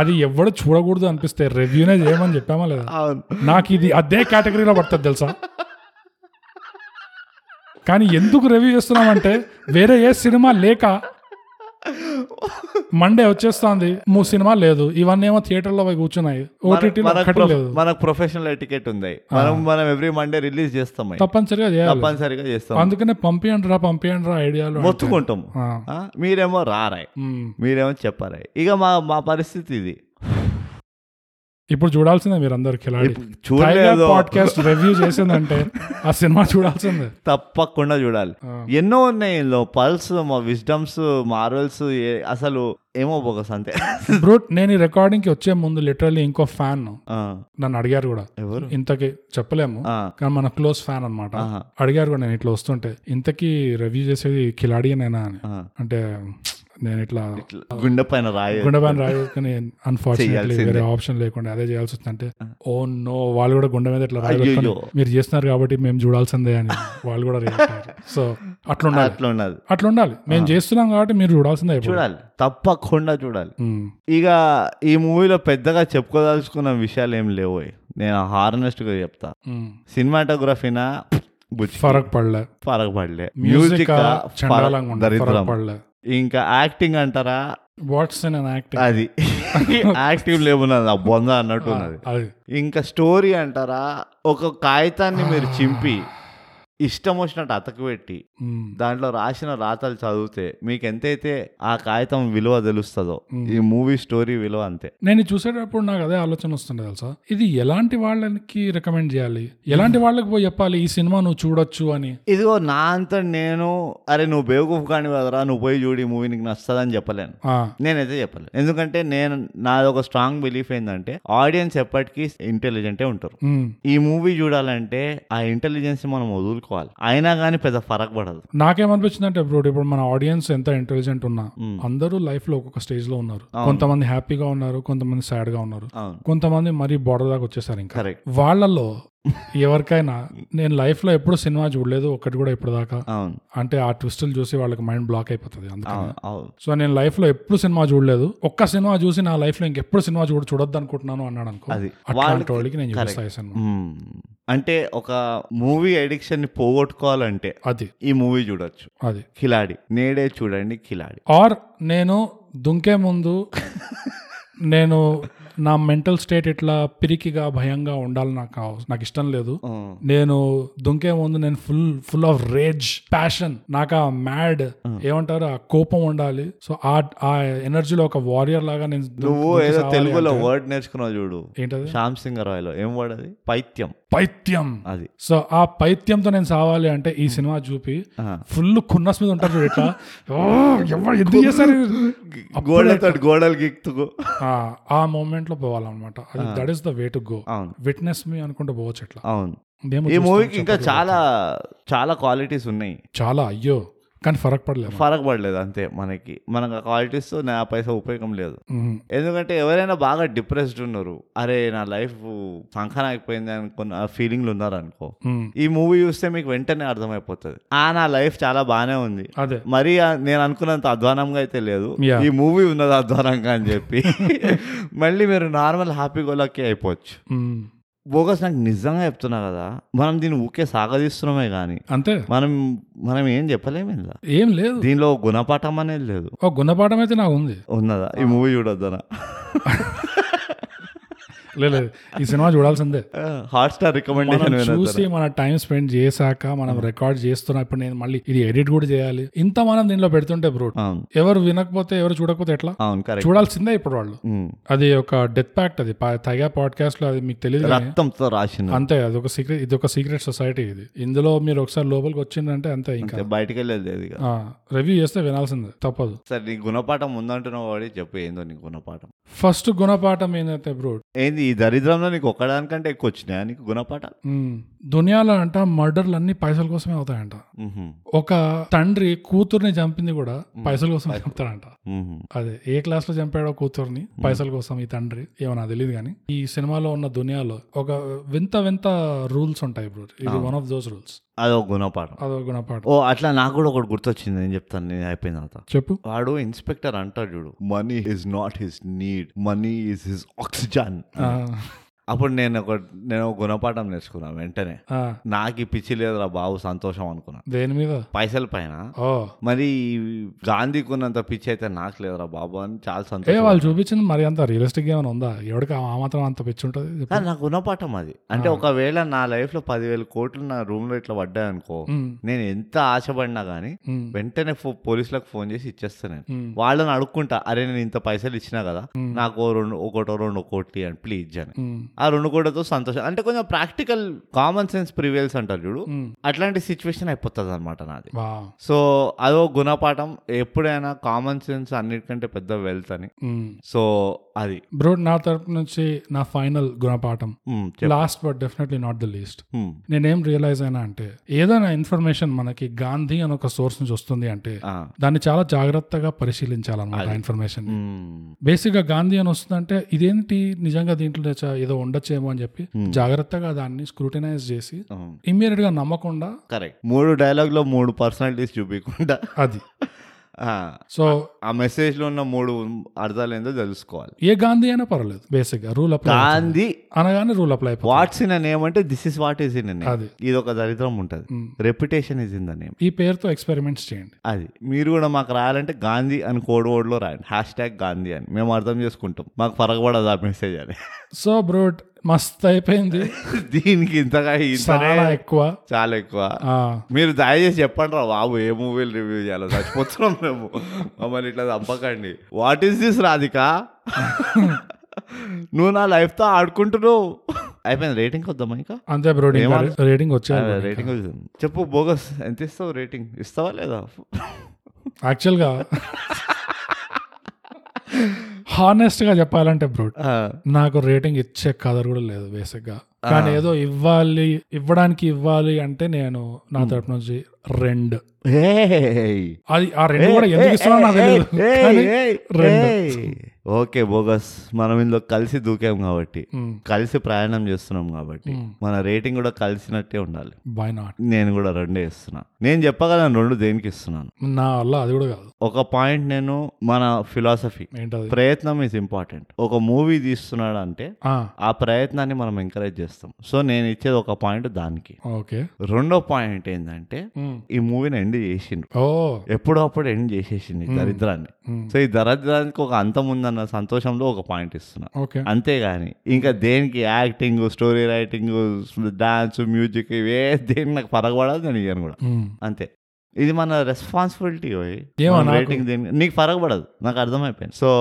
Speaker 1: అది ఎవడు చూడకూడదు అనిపిస్తే రివ్యూనే చేయమని చెప్పామా లేదా
Speaker 2: అవును
Speaker 1: నాకు ఇది అదే కేటగిరీలో పడుతుంది తెలుసా కానీ ఎందుకు రివ్యూ చేస్తున్నామంటే వేరే ఏ సినిమా లేక మండే వచ్చేస్తుంది మూడు సినిమా లేదు ఇవన్నీ ఏమో థియేటర్లో పోయి కూర్చున్నాయి ఓటీటీలో
Speaker 2: మనకు
Speaker 1: ఒకటి
Speaker 2: ప్రొఫ-
Speaker 1: లేదు
Speaker 2: మనకు ప్రొఫెషనల్ టికెట్ ఉంది మనం మనం ఎవ్రీ మండే రిలీజ్ చేస్తాం అవి.
Speaker 1: తప్పనిసరిగా చేయాలి
Speaker 2: తప్పనిసరిగా చేస్తాం
Speaker 1: అందుకనే పంపియండి రా పంపియండి రా ఐడియాలు
Speaker 2: మొత్తుకుంటాం ఆ, మీరేమో రారాయ్
Speaker 1: మ్మ్.
Speaker 2: మీరేమో చెప్పారాయ్ ఇక మా మా పరిస్థితి ఇది
Speaker 1: ఇప్పుడు చూడాల్సిందే మీరందరూ కిలాడి
Speaker 2: ఇప్పుడు చూడలేదు
Speaker 1: పాడ్కాస్ట్ రివ్యూ చేసిందంటే ఆ సినిమా చూడాల్సిందే
Speaker 2: తప్పకుండా చూడాలి
Speaker 1: ఆ.
Speaker 2: ఎన్నో ఉన్నాయి ఇందులో పల్స్ మా విజ్డమ్స్ మార్వెల్స్ అసలు ఏమో బోగస్ అంతే
Speaker 1: బ్రూట్ నేను ఈ recording కి వచ్చే ముందు లిటరల్లీ ఇంకో ఫ్యాన్
Speaker 2: ఆ,
Speaker 1: నన్ను అడిగారు కూడా
Speaker 2: ఎవరు
Speaker 1: ఇంతకి చెప్పలేము
Speaker 2: ఆ,
Speaker 1: కానీ మన క్లోజ్ ఫ్యాన్ అన్నమాట అడిగారు కూడా నేను ఇట్లా వస్తుంటే ఇంతకీ రివ్యూ చేసేది కిలాడి నేనా అని
Speaker 2: ఆ.
Speaker 1: అంటే నేను ఇట్లా
Speaker 2: గుండె పైన రాయ
Speaker 1: గుండెపైన రాయదు కానీ అన్ఫార్చునేట్లీ
Speaker 2: చేయాల్సిందే.
Speaker 1: వేరే ఆప్షన్ లేకుండా అదే చేయాల్సి వచ్చిందంటే ఓ నో వాళ్ళు కూడా గుండె మీద ఇట్లా రాయి
Speaker 2: అయ్యయ్యో.
Speaker 1: పెట్టుకొని, మీరు చేస్తున్నారు కాబట్టి మేము చూడాల్సిందే అని వాళ్ళు కూడా react అయ్యారు. సో అట్లా ఉండాలి
Speaker 2: అట్లా ఉన్నది
Speaker 1: అట్లా ఉండాలి మేము చేస్తున్నాం కాబట్టి మీరు చూడాల్సిందే ఇప్పుడు
Speaker 2: చూడాలి తప్పకుండా చూడాలి
Speaker 1: ఉమ్,
Speaker 2: ఇక ఈ మూవీలో పెద్దగా చెప్పుకోదలుచుకున్న విషయాలు ఏం లేవు నేను హార్నెస్ట్ గా చెప్తా
Speaker 1: ఉమ్.
Speaker 2: సినిమాటోగ్రఫీనా
Speaker 1: ఫరక్ పడలే
Speaker 2: ఫరక్ పడలే
Speaker 1: మ్యూజిక్
Speaker 2: మ్యూజిక్
Speaker 1: చండాలంగా ఉంది,
Speaker 2: దరిద్రం
Speaker 1: ఫరక్ పడలే
Speaker 2: ఇంకా యాక్టింగ్ అంటారా
Speaker 1: వాట్స్ ఇన్ యాక్టింగ్
Speaker 2: అది యాక్టివ్ లేవున్నది ఆ బొంద అన్నట్టు ఉన్నది
Speaker 1: అది
Speaker 2: ఇంకా స్టోరీ అంటారా ఒక కాగితాన్ని మీరు చింపి ఇష్టం వచ్చినట్టు అతకబెట్టి
Speaker 1: ఉమ్,
Speaker 2: దాంట్లో రాసిన రాతలు చదివితే మీకు ఎంతైతే ఆ కాగితం విలువ తెలుస్తుందో ఈ మూవీ స్టోరీ విలువ అంతే
Speaker 1: నేను ఇది చూసేటప్పుడు నాకు అదే ఆలోచన వస్తుండే తెలుసా ఇది ఎలాంటి వాళ్ళకి రికమెండ్ చేయాలి ఎలాంటి వాళ్ళకి పోయి చెప్పాలి ఈ సినిమా నువ్వు చూడొచ్చు అని
Speaker 2: ఇదిగో నా అంత నేను అరే నువ్వు బేవకూఫ్ కాని కదరా నువ్వు పోయి చూడు ఈ మూవీ నీకు నచ్చదని చెప్పలేను
Speaker 1: ఆ,
Speaker 2: నేనైతే చెప్పలేను ఎందుకంటే నేను నాది ఒక స్ట్రాంగ్ బిలీఫ్ ఏంటంటే ఆడియన్స్ ఎప్పటికీ ఇంటెలిజెంటే ఉంటారు
Speaker 1: ఉమ్.
Speaker 2: ఈ మూవీ చూడాలంటే ఆ ఇంటెలిజెన్స్ మనం వదులుకోవాలి అయినా కానీ పెద్ద ఫరక్ పడదు
Speaker 1: నాకేమనిపించింది అంటే బ్రో ఇప్పుడు మన ఆడియన్స్ ఎంత ఇంటెలిజెంట్ ఉన్నా అందరూ లైఫ్ లో ఒక్కొక్క స్టేజ్ లో ఉన్నారు కొంతమంది హ్యాపీగా ఉన్నారు కొంతమంది సాడ్ గా ఉన్నారు
Speaker 2: అవును
Speaker 1: కొంతమంది మరీ బోర్డర్ దాకా వచ్చేసారు ఇంకా
Speaker 2: కరెక్ట్
Speaker 1: వాళ్ళలో ఎవరికైనా నేను లైఫ్ లో ఎప్పుడు సినిమా చూడలేదు ఒకటి కూడా ఇప్పుడు దాకా
Speaker 2: అవును
Speaker 1: అంటే ఆ ట్విస్టులు చూసి వాళ్ళకి మైండ్ బ్లాక్ అయిపోతుంది అందుకని
Speaker 2: అవును అవును
Speaker 1: సో నేను లైఫ్ లో ఎప్పుడు సినిమా చూడలేదు ఒక్క సినిమా చూసి నా లైఫ్ లో ఇంకెప్పుడు సినిమా చూడ చూడొద్దు అనుకుంటున్నాను అన్నాడు అనుకో
Speaker 2: అది.
Speaker 1: అట్లాంటి వాళ్ళకి నేను చూస్తాను సినిమా
Speaker 2: మ్మ్. అంటే ఒక మూవీ అడిక్షన్ ని పోగొట్టుకోవాలంటే
Speaker 1: అది
Speaker 2: ఈ మూవీ చూడొచ్చు
Speaker 1: అది
Speaker 2: కిలాడి నేడే చూడండి కిలాడి
Speaker 1: ఆర్ నేను దుంకే ముందు నేను నా మెంటల్ స్టేట్ ఇట్లా పిరికిగా భయంగా ఉండాలి నాకు కావ- నాకు ఇష్టం లేదు నేను దుంకే ముందు నేను full full of rage passion నాకు ఆ మ్యాడ్ ఏమంటారు ఆ కోపం ఉండాలి సో ఆ ఆ ఎనర్జీలో ఒక వారియర్ లాగా నేను దు-
Speaker 2: నువ్వు
Speaker 1: దుంకి
Speaker 2: ఏదో
Speaker 1: సావాలి
Speaker 2: తెలుగులో
Speaker 1: అంటే-
Speaker 2: వర్డ్ నేర్చుకున్నావు చూడు
Speaker 1: ఏంటది
Speaker 2: శ్యామ్ సింగ్ రాయ్లో ఏం వర్డ్ అది పైత్యం
Speaker 1: పైత్యం
Speaker 2: అది
Speaker 1: సో ఆ పైత్యంతో నేను సావాలి అంటే ఈ సినిమా చూపి ఫుల్ కున్నస్ మీద ఉంటారు చూడు ఇట్లా "ఓ, ఎవరు ఎందుకు చేశారు ఇది?"
Speaker 2: గోడలతో గోడలు గిక్తుకు
Speaker 1: ఆ, ఆ మూమెంట్ లో పోవాలన్నమాట అది that is the way to go
Speaker 2: అవును
Speaker 1: విట్నెస్ మీ అనుకుంటూ పోవచ్చు ఇట్లా
Speaker 2: అవును
Speaker 1: ఏమో
Speaker 2: ఈ
Speaker 1: చూస్తాం,
Speaker 2: మూవీకి ఇంకా
Speaker 1: చెప్పట్లేదు.
Speaker 2: చాలా చాలా క్వాలిటీస్ ఉన్నాయి
Speaker 1: చాలా అయ్యో కానీ ఫరక్ పడలేదు
Speaker 2: ఫరక్ పడలేదు అంతే మనకి మనకు ఆ క్వాలిటీస్ నా పైసా ఉపయోగం లేదు
Speaker 1: ఉమ్,
Speaker 2: ఎందుకంటే ఎవరైనా బాగా డిప్రెస్డ్ ఉన్నారు అరే నా లైఫ్ సంఖాన అయిపోయింది అనుకున్న ఫీలింగ్లు ఉన్నారు అనుకో
Speaker 1: ఉమ్,
Speaker 2: ఈ మూవీ చూస్తే మీకు వెంటనే అర్థమైపోతుంది ఆ నా లైఫ్ చాలా బాగానే ఉంది
Speaker 1: అదే
Speaker 2: మరి ఆ- నేను అనుకున్నంత అధ్వానంగా అయితే లేదు
Speaker 1: Yeah.
Speaker 2: ఈ మూవీ ఉన్నది అధ్వానంగా అని చెప్పి మళ్ళీ మీరు నార్మల్ హ్యాపీ గోలాకి అయిపోవచ్చు
Speaker 1: ఉమ్,
Speaker 2: బోగస్ నాకు నిజంగా చెప్తున్నా కదా మనం దీన్ని ఊకే సాగదీస్తున్నామే కానీ
Speaker 1: అంతే
Speaker 2: మనం మనం ఏం చెప్పలేము ఇలా
Speaker 1: ఏం లేదు
Speaker 2: దీనిలో గుణపాఠం అనేది లేదు
Speaker 1: ఓ గుణపాఠం అయితే నాకు ఉంది
Speaker 2: ఉన్నదా ఈ మూవీ చూడొద్దనా
Speaker 1: లే- లేదు ఈ సినిమా చూడాల్సిందే
Speaker 2: హాట్
Speaker 1: మనం
Speaker 2: స్టార్ రికమెండేషన్
Speaker 1: చూసి మన టైం స్పెండ్ చేశాక మనం రికార్డ్ చేస్తున్నాం ఇప్పుడు నేను మళ్ళీ ఇది ఎడిట్ కూడా చేయాలి ఇంత మనం దీనిలో పెడుతుంటే బ్రో
Speaker 2: అవును
Speaker 1: ఎవరు వినకపోతే ఎవరు చూడకపోతే ఎట్లా
Speaker 2: అవును కరెక్ట్
Speaker 1: చూడాల్సిందే ఇప్పుడు వాళ్ళు అది ఒక డెత్ ప్యాక్ట్ అది పా- తైగా పాడ్కాస్ట్ లో అది మీకు తెలియదు కానీ
Speaker 2: రక్తంతో రాసిన
Speaker 1: అంతే అది ఒక సీక్రెట్ ఇది ఒక సీక్రెట్ సొసైటీ ఇది ఇందులో మీరు ఒకసారి లోపలికి వచ్చిందంటే అంతే ఇంకా
Speaker 2: బయటకు వెళ్ళేది అది ఇక.
Speaker 1: రివ్యూ చేస్తే వినాల్సిందే తప్పదు
Speaker 2: సరే నీ గుణపాఠం ఉందంటున్నావు వాడి చెప్పు ఏందో నీ గుణపాఠం
Speaker 1: ఫస్ట్ గుణపాఠం ఏంటంటే బ్రో
Speaker 2: ఏంది ఈ దరిద్రంలో నీకు ఒక్కడానికంటే ఎక్కువ వచ్చినాయా నీకు గుణపాఠాలు
Speaker 1: ఉమ్, దునియాలో అంట మర్డర్లు అన్ని పైసల కోసమే అవుతాయంట
Speaker 2: మ్హూ.
Speaker 1: ఒక తండ్రి కూతుర్ని చంపింది కూడా పైసల కోసం చంపుతాడంట
Speaker 2: మ్హూ.
Speaker 1: అదే ఏ క్లాస్ లో చంపాడో కూతుర్ని పైసల కోసం ఈ తండ్రి ఏమో నాకు తెలియదు కానీ ఈ సినిమాలో ఉన్న దునియాలో ఒక వింత వింత రూల్స్ ఉంటాయి బ్రో ఇది వన్ ఆఫ్ దోస్ రూల్స్
Speaker 2: అదో గుణపాఠం
Speaker 1: అదో గుణపాఠం
Speaker 2: ఓ అట్లా నాకు కూడా ఒకటి గుర్తొచ్చింది నేను చెప్తాను నేను అయిపోయిన తర్వాత
Speaker 1: చెప్పు
Speaker 2: వాడు ఇన్స్పెక్టర్ అంటాడు చూడు money is not his need money is his oxygen
Speaker 1: ఆ,
Speaker 2: అప్పుడు నేను ఒక నేను ఒక గుణపాఠం నేర్చుకున్నా వెంటనే
Speaker 1: ఆ,
Speaker 2: నాకు ఈ పిచ్చి లేదురా బాబు సంతోషం అనుకున్నా
Speaker 1: దేని మీద
Speaker 2: పైసల పైన
Speaker 1: ఓ
Speaker 2: మరి గాంధీకి ఉన్నంత పిచ్చి అయితే నాకు లేదురా బాబు అని చాలా
Speaker 1: ఏ
Speaker 2: సంతోషం
Speaker 1: వాళ్ళు చూపించింది మరి అంత రియలిస్టిక్ ఏమైనా ఉందా ఎవడికి ఆ మాత్రం అంత పిచ్చి ఉంటుంది చెప్పు.
Speaker 2: కానీ నాకు గుణపాఠం అది అంటే ఒకవేళ నా లైఫ్ లో పదివేల కోట్లు నా రూమ్ లో ఇట్లా పడ్డాయనుకో
Speaker 1: ఉమ్,
Speaker 2: నేను ఎంత ఆశపడినా గానీ
Speaker 1: ఉమ్,
Speaker 2: వెంటనే ఫో- పోలీసులకు ఫోన్ చేసి ఇచ్చేస్తాను నేను
Speaker 1: ఉమ్,
Speaker 2: వాళ్ళని అడుక్కుంటా అరే నేను ఇంత పైసలు ఇచ్చినా కదా
Speaker 1: మ్మ్.
Speaker 2: నాకు ఓ రెండు ఒకటో రెండు కోటి అని ప్లీజ్ అని
Speaker 1: ఉమ్,
Speaker 2: ఆ రెండు కోటితో సంతోషం అంటే కొంచెం ప్రాక్టికల్ కామన్ సెన్స్ ప్రివేల్స్ అంటారు చూడు
Speaker 1: ఉమ్.
Speaker 2: అట్లాంటి సిచ్యువేషన్ అయిపోతుంది అనమాట నాది
Speaker 1: వా
Speaker 2: సో అదో గుణపాఠం ఎప్పుడైనా కామన్ సెన్స్ అన్నిటికంటే పెద్ద వెల్త్ అని
Speaker 1: ఉమ్.
Speaker 2: సో అది
Speaker 1: బ్రో నా తరపు నుంచి నా ఫైనల్ గుణపాఠం
Speaker 2: మ్మ్, చెప్పు.
Speaker 1: Last but definitely not the least
Speaker 2: మ్మ్,
Speaker 1: నేనేం రియలైజ్ అయినా అంటే ఏదైనా ఇన్ఫర్మేషన్ మనకి గాంధీ అని ఒక సోర్స్ నుంచి వస్తుంది అంటే
Speaker 2: ఆ,
Speaker 1: దాన్ని చాలా జాగ్రత్తగా పరిశీలించాలన్నమాట ఇన్ఫర్మేషన్
Speaker 2: మ్మ్,
Speaker 1: బేసిక్ గా గాంధీ అని వస్తుందంటే ఇదేంటి నిజంగా దీంట్లో చ- ఏదో ఉండొచ్చేమో అని చెప్పి జాగ్రత్తగా దాన్ని స్క్రూటినైజ్ చేసి
Speaker 2: అవును.
Speaker 1: ఇమ్మీడియట్ గా నమ్మకుండా
Speaker 2: కరెక్ట్ మూడు డైలాగ్ లో మూడు పర్సనాలిటీస్ చూపించకుండా
Speaker 1: అది
Speaker 2: ఆ,
Speaker 1: సో
Speaker 2: ఆ మెసేజ్ లో ఉన్న మూడు అర్థాలు ఏందో తెలుసుకోవాలి
Speaker 1: ఏ గాంధీ అయినా పర్వాలేదు బేసిక్ గా రూల్ అప్లై
Speaker 2: గాంధీ
Speaker 1: అనగానే రూల్ అప్లై అయిపోతుంది
Speaker 2: వాట్స్ ఇన్ నేమ్ అంటే this is what is in name
Speaker 1: అది
Speaker 2: ఇది ఒక దరిద్రం ఉంటుంది
Speaker 1: Mm.
Speaker 2: Reputation is in the name
Speaker 1: ఈ పేరుతో ఎక్స్పెరిమెంట్స్ చేయండి
Speaker 2: అది మీరు కూడా మాకు రాయాలంటే గాంధీ అని కోడ్ వర్డ్లో రాయండి హ్యాష్ ట్యాగ్ గాంధీ అని మేము అర్థం చేసుకుంటాం మాకు పరగబడదు ఆ మెసేజ్ అని
Speaker 1: సో బ్రోట్ మస్త్ అయిపోయింది
Speaker 2: దీనికి ఇంతగా ఇంతనే
Speaker 1: చాలా ఎక్కువ
Speaker 2: చాలా ఎక్కువ
Speaker 1: ఆ,
Speaker 2: మీరు దయచేసి చెప్పండి రా బాబు ఏ మూవీలు రివ్యూ చేయాలి చచ్చిపోతున్నాం మేము మమ్మల్ని ఇట్లా చంపకండి వాట్ ఈస్ దిస్ రాధిక నువ్వు నా లైఫ్తో ఆడుకుంటున్నావు అయిపోయింది రేటింగ్ వద్దామా ఇంకా
Speaker 1: అంతే బ్రో రేటింగ్ వచ్చాయి
Speaker 2: రేటింగ్ చెప్పు బోగస్ ఎంత ఇస్తావు రేటింగ్ ఇస్తావా లేదా
Speaker 1: యాక్చువల్ గా హానెస్ట్ గా చెప్పాలంటే బ్రోట్
Speaker 2: ఆ,
Speaker 1: నాకు రేటింగ్ ఇచ్చే కదర్ కూడా లేదు బేసిక్ గా కానీ ఏదో ఇవ్వాలి ఇవ్వడానికి ఇవ్వాలి అంటే నేను నా తరపు నుంచి రెండు
Speaker 2: ఏయ్.
Speaker 1: అది ఆ రెండు కూడా ఎందుకు ఇస్తున్నా నాకు తెలియదు
Speaker 2: ఏయ్,
Speaker 1: కానీ
Speaker 2: ఏయ్,
Speaker 1: రెండు
Speaker 2: ఏయ్. ఓకే బోగస్ మనం ఇందులో కలిసి దూకాం కాబట్టి
Speaker 1: మ్.
Speaker 2: కలిసి ప్రయాణం చేస్తున్నాం కాబట్టి మన రేటింగ్ కూడా కలిసినట్టే ఉండాలి
Speaker 1: బై నాట్
Speaker 2: నేను కూడా రెండే ఇస్తున్నా నేను చెప్పగలను రెండు దేనికి ఇస్తున్నాను
Speaker 1: నా వల్ల అది కూడా కాదు
Speaker 2: ఒక పాయింట్ నేను మన ఫిలాసఫీ
Speaker 1: ఏంటది
Speaker 2: ప్రయత్నం ఇస్ ఇంపార్టెంట్ ఒక మూవీ తీస్తున్నాడు అంటే
Speaker 1: ఆ,
Speaker 2: ఆ ప్రయత్నాన్ని మనం ఎంకరేజ్ చేస్తాం సో నేను ఇచ్చేది ఒక పాయింట్ దానికి
Speaker 1: ఓకే
Speaker 2: రెండో పాయింట్ ఏంటంటే
Speaker 1: మ్,
Speaker 2: ఈ మూవీని ఎండ్ చేసిండ్రు
Speaker 1: ఓ
Speaker 2: ఎప్పుడో అప్పుడు ఎండ్ చేసేసింది ఈ దరిద్రాన్ని
Speaker 1: మ్,
Speaker 2: సో ఈ దరిద్రానికి ఒక అంతం ఉందన్న సంతోషంలో ఒక పాయింట్ ఇస్తున్నా
Speaker 1: ఓకే
Speaker 2: అంతేగాని ఇంకా దేనికి acting story writing dance music ఇవే దేనికి నాకు పరగబడదు నేను ఇయ్యను కూడా
Speaker 1: మ్,
Speaker 2: అంతే ఇది మన రెస్పాన్సిబిలిటీ
Speaker 1: ఏమో నాకు-
Speaker 2: రేటింగ్ దేని నీకు పరగబడదు నాకు అర్థమైపోయింది సో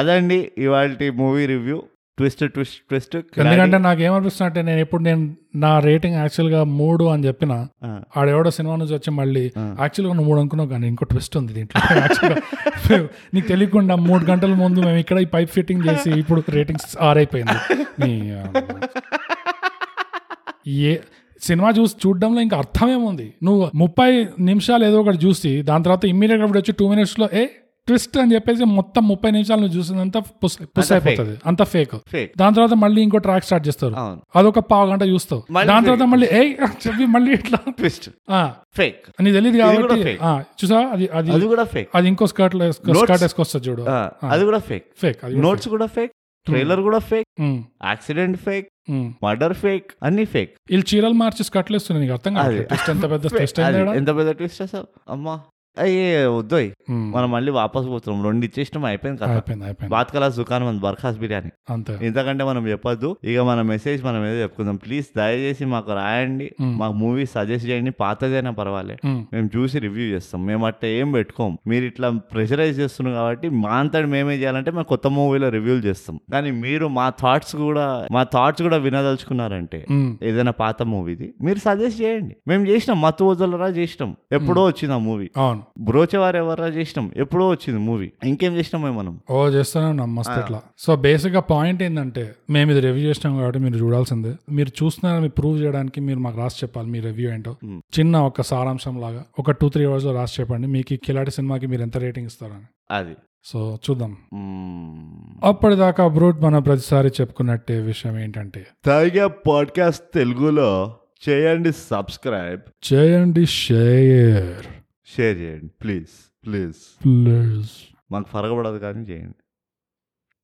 Speaker 2: అదండి ఇవాళ movie review twist twist twist
Speaker 1: ఎందుకంటే నాకు ఏమనిపిస్తుంది అంటే నేను ఇప్పుడు నేను నా రేటింగ్ యాక్చువల్ గా మూడు అని చెప్పిన ఆడెవడో సినిమా నుంచి వచ్చి మళ్ళీ యాక్చువల్ గా నువ్వు మూడు అనుకున్నావు కానీ ఇంకో ట్విస్ట్ ఉంది దీంట్లో యాక్చువల్గా నీకు తెలియకుండా మూడు గంటల ముందు మేము ఇక్కడ ఈ పైప్ ఫిట్టింగ్ చేసి ఇప్పుడు రేటింగ్స్ ఆరైపోయింది నీ ఆ, ఏ సినిమా చూసి చూడడంలో ఇంకా అర్థమేముంది నువ్వు ముప్పై నిమిషాలు ఏదో ఒకటి చూసి దాని తర్వాత ఇమ్మీడియట్ గా ఇప్పుడు వచ్చి టూ మినిట్స్ లో ఏ ట్విస్ట్ అని చెప్పేసి మొత్తం ముప్పై నిమిషాలు నువ్వు చూసినంత పుస్ పుస్
Speaker 2: fake.
Speaker 1: అయిపోతుంది అంత ఫేక్
Speaker 2: ఫేక్
Speaker 1: దాని తర్వాత మళ్ళీ ఇంకో ట్రాక్ స్టార్ట్ చేస్తారు
Speaker 2: అవును
Speaker 1: అదొక పావు గంట చూస్తావు
Speaker 2: మళ్ళీ
Speaker 1: దాని తర్వాత మళ్ళీ ఏ అని చెప్పి మళ్ళీ ఇట్లా
Speaker 2: ట్విస్ట్
Speaker 1: ఆ,
Speaker 2: ఫేక్
Speaker 1: అని తెలియదు కాబట్టి
Speaker 2: కూడా fake.
Speaker 1: ఆ, చూసా అది అది
Speaker 2: అది కూడా ఫేక్
Speaker 1: అది ఇంకో స్కర్ట్ లో
Speaker 2: Notes.
Speaker 1: స్కర్ట్ వేసుకొస్తుంది చూడు
Speaker 2: అది కూడా ఫేక్
Speaker 1: ఫేక్ అది కూడా Hmm.
Speaker 2: నోట్స్ కూడా ఫేక్ ట్రైలర్ కూడా ఫేక్
Speaker 1: fake. ఉమ్,
Speaker 2: యాక్సిడెంట్ ఫేక్
Speaker 1: ఉమ్.
Speaker 2: మర్డర్ ఫేక్ అన్ని ఫేక్
Speaker 1: వీళ్ళు చీరలు మార్చి స్కర్ట్లు వేస్తున్నారు నీకు అర్థం కాదు
Speaker 2: అది.
Speaker 1: ట్విస్ట్ ఎంత పెద్ద ట్విస్ట్ అయింది ఈడ.
Speaker 2: ఎంత పెద్ద ట్విస్ట్ అసలు అమ్మా అయ్యే వద్దోయ్
Speaker 1: ఉమ్,
Speaker 2: మనం మళ్ళీ వాపస్ పోతున్నాం రెండు ఇచ్చేసినాం అయిపోయింది కదా
Speaker 1: అయిపోయింది అయిపోయింది
Speaker 2: బాత్ కలాస్ దుకాణం అంది బర్ఖాస్ బిర్యానీ
Speaker 1: అంతే
Speaker 2: ఇంతకంటే మనం చెప్పొద్దు ఇక మన మెసేజ్ మనం ఏదో చెప్పుకుందాం ప్లీజ్ దయచేసి మాకు రాయండి
Speaker 1: మ్మ్.
Speaker 2: మాకు మూవీస్ సజెస్ట్ చేయండి పాతదైనా పర్వాలే
Speaker 1: ఉమ్,
Speaker 2: మేము చూసి రివ్యూ చేస్తాం మేము అట్లా ఏం పెట్టుకోం మీరు ఇట్లా ప్రెషరైజ్ చేస్తున్నాం కాబట్టి మా అంతటి మేమే చేయాలంటే మేము కొత్త మూవీలో రివ్యూలు చేస్తాం కానీ మీరు మా థాట్స్ కూడా మా థాట్స్ కూడా వినదలుచుకున్నారంటే
Speaker 1: ఉమ్,
Speaker 2: ఏదైనా పాత మూవీది మీరు సజెస్ట్ చేయండి మేము చేసినాం మత్తు వదలరా చేసినాం ఎప్పుడో వచ్చింది ఆ మూవీ
Speaker 1: అవును
Speaker 2: బ్రోచేవారు ఎవరా చేసినాం ఎప్పుడో వచ్చింది మూవీ ఇంకేం చేసినాం మేము మనం
Speaker 1: ఓ చేస్తూనే ఉన్నాం మస్తు ఇట్లా సో బేసిక్ గా పాయింట్ ఏంటంటే మేము ఇది రివ్యూ చేసినాం కాబట్టి మీరు చూడాల్సిందే మీరు చూస్తున్నారని ప్రూవ్ చేయడానికి మీరు మాకు రాసి చెప్పాలి మీ రివ్యూ ఏంటో
Speaker 2: మ్మ్.
Speaker 1: చిన్న ఒక సారాంశం లాగా ఒక టూ త్రీ అవర్స్ లో రాసి చెప్పండి మీకు ఈ కిలాడి సినిమాకి మీరు ఎంత రేటింగ్ ఇస్తారని
Speaker 2: అది
Speaker 1: సో చూద్దాం
Speaker 2: మ్మ్.
Speaker 1: అప్పటిదాకా బ్రూట్ మనం ప్రతిసారి చెప్పుకున్నట్టే విషయం ఏంటంటే
Speaker 2: తాగే పాడ్కాస్ట్ తెలుగులో చేయండి సబ్స్క్రైబ్
Speaker 1: చేయండి షేర్
Speaker 2: షేర్ చేయండి ప్లీజ్ ప్లీజ్
Speaker 1: ప్లీజ్
Speaker 2: మాకు ఫరగబడదు కానీ చేయండి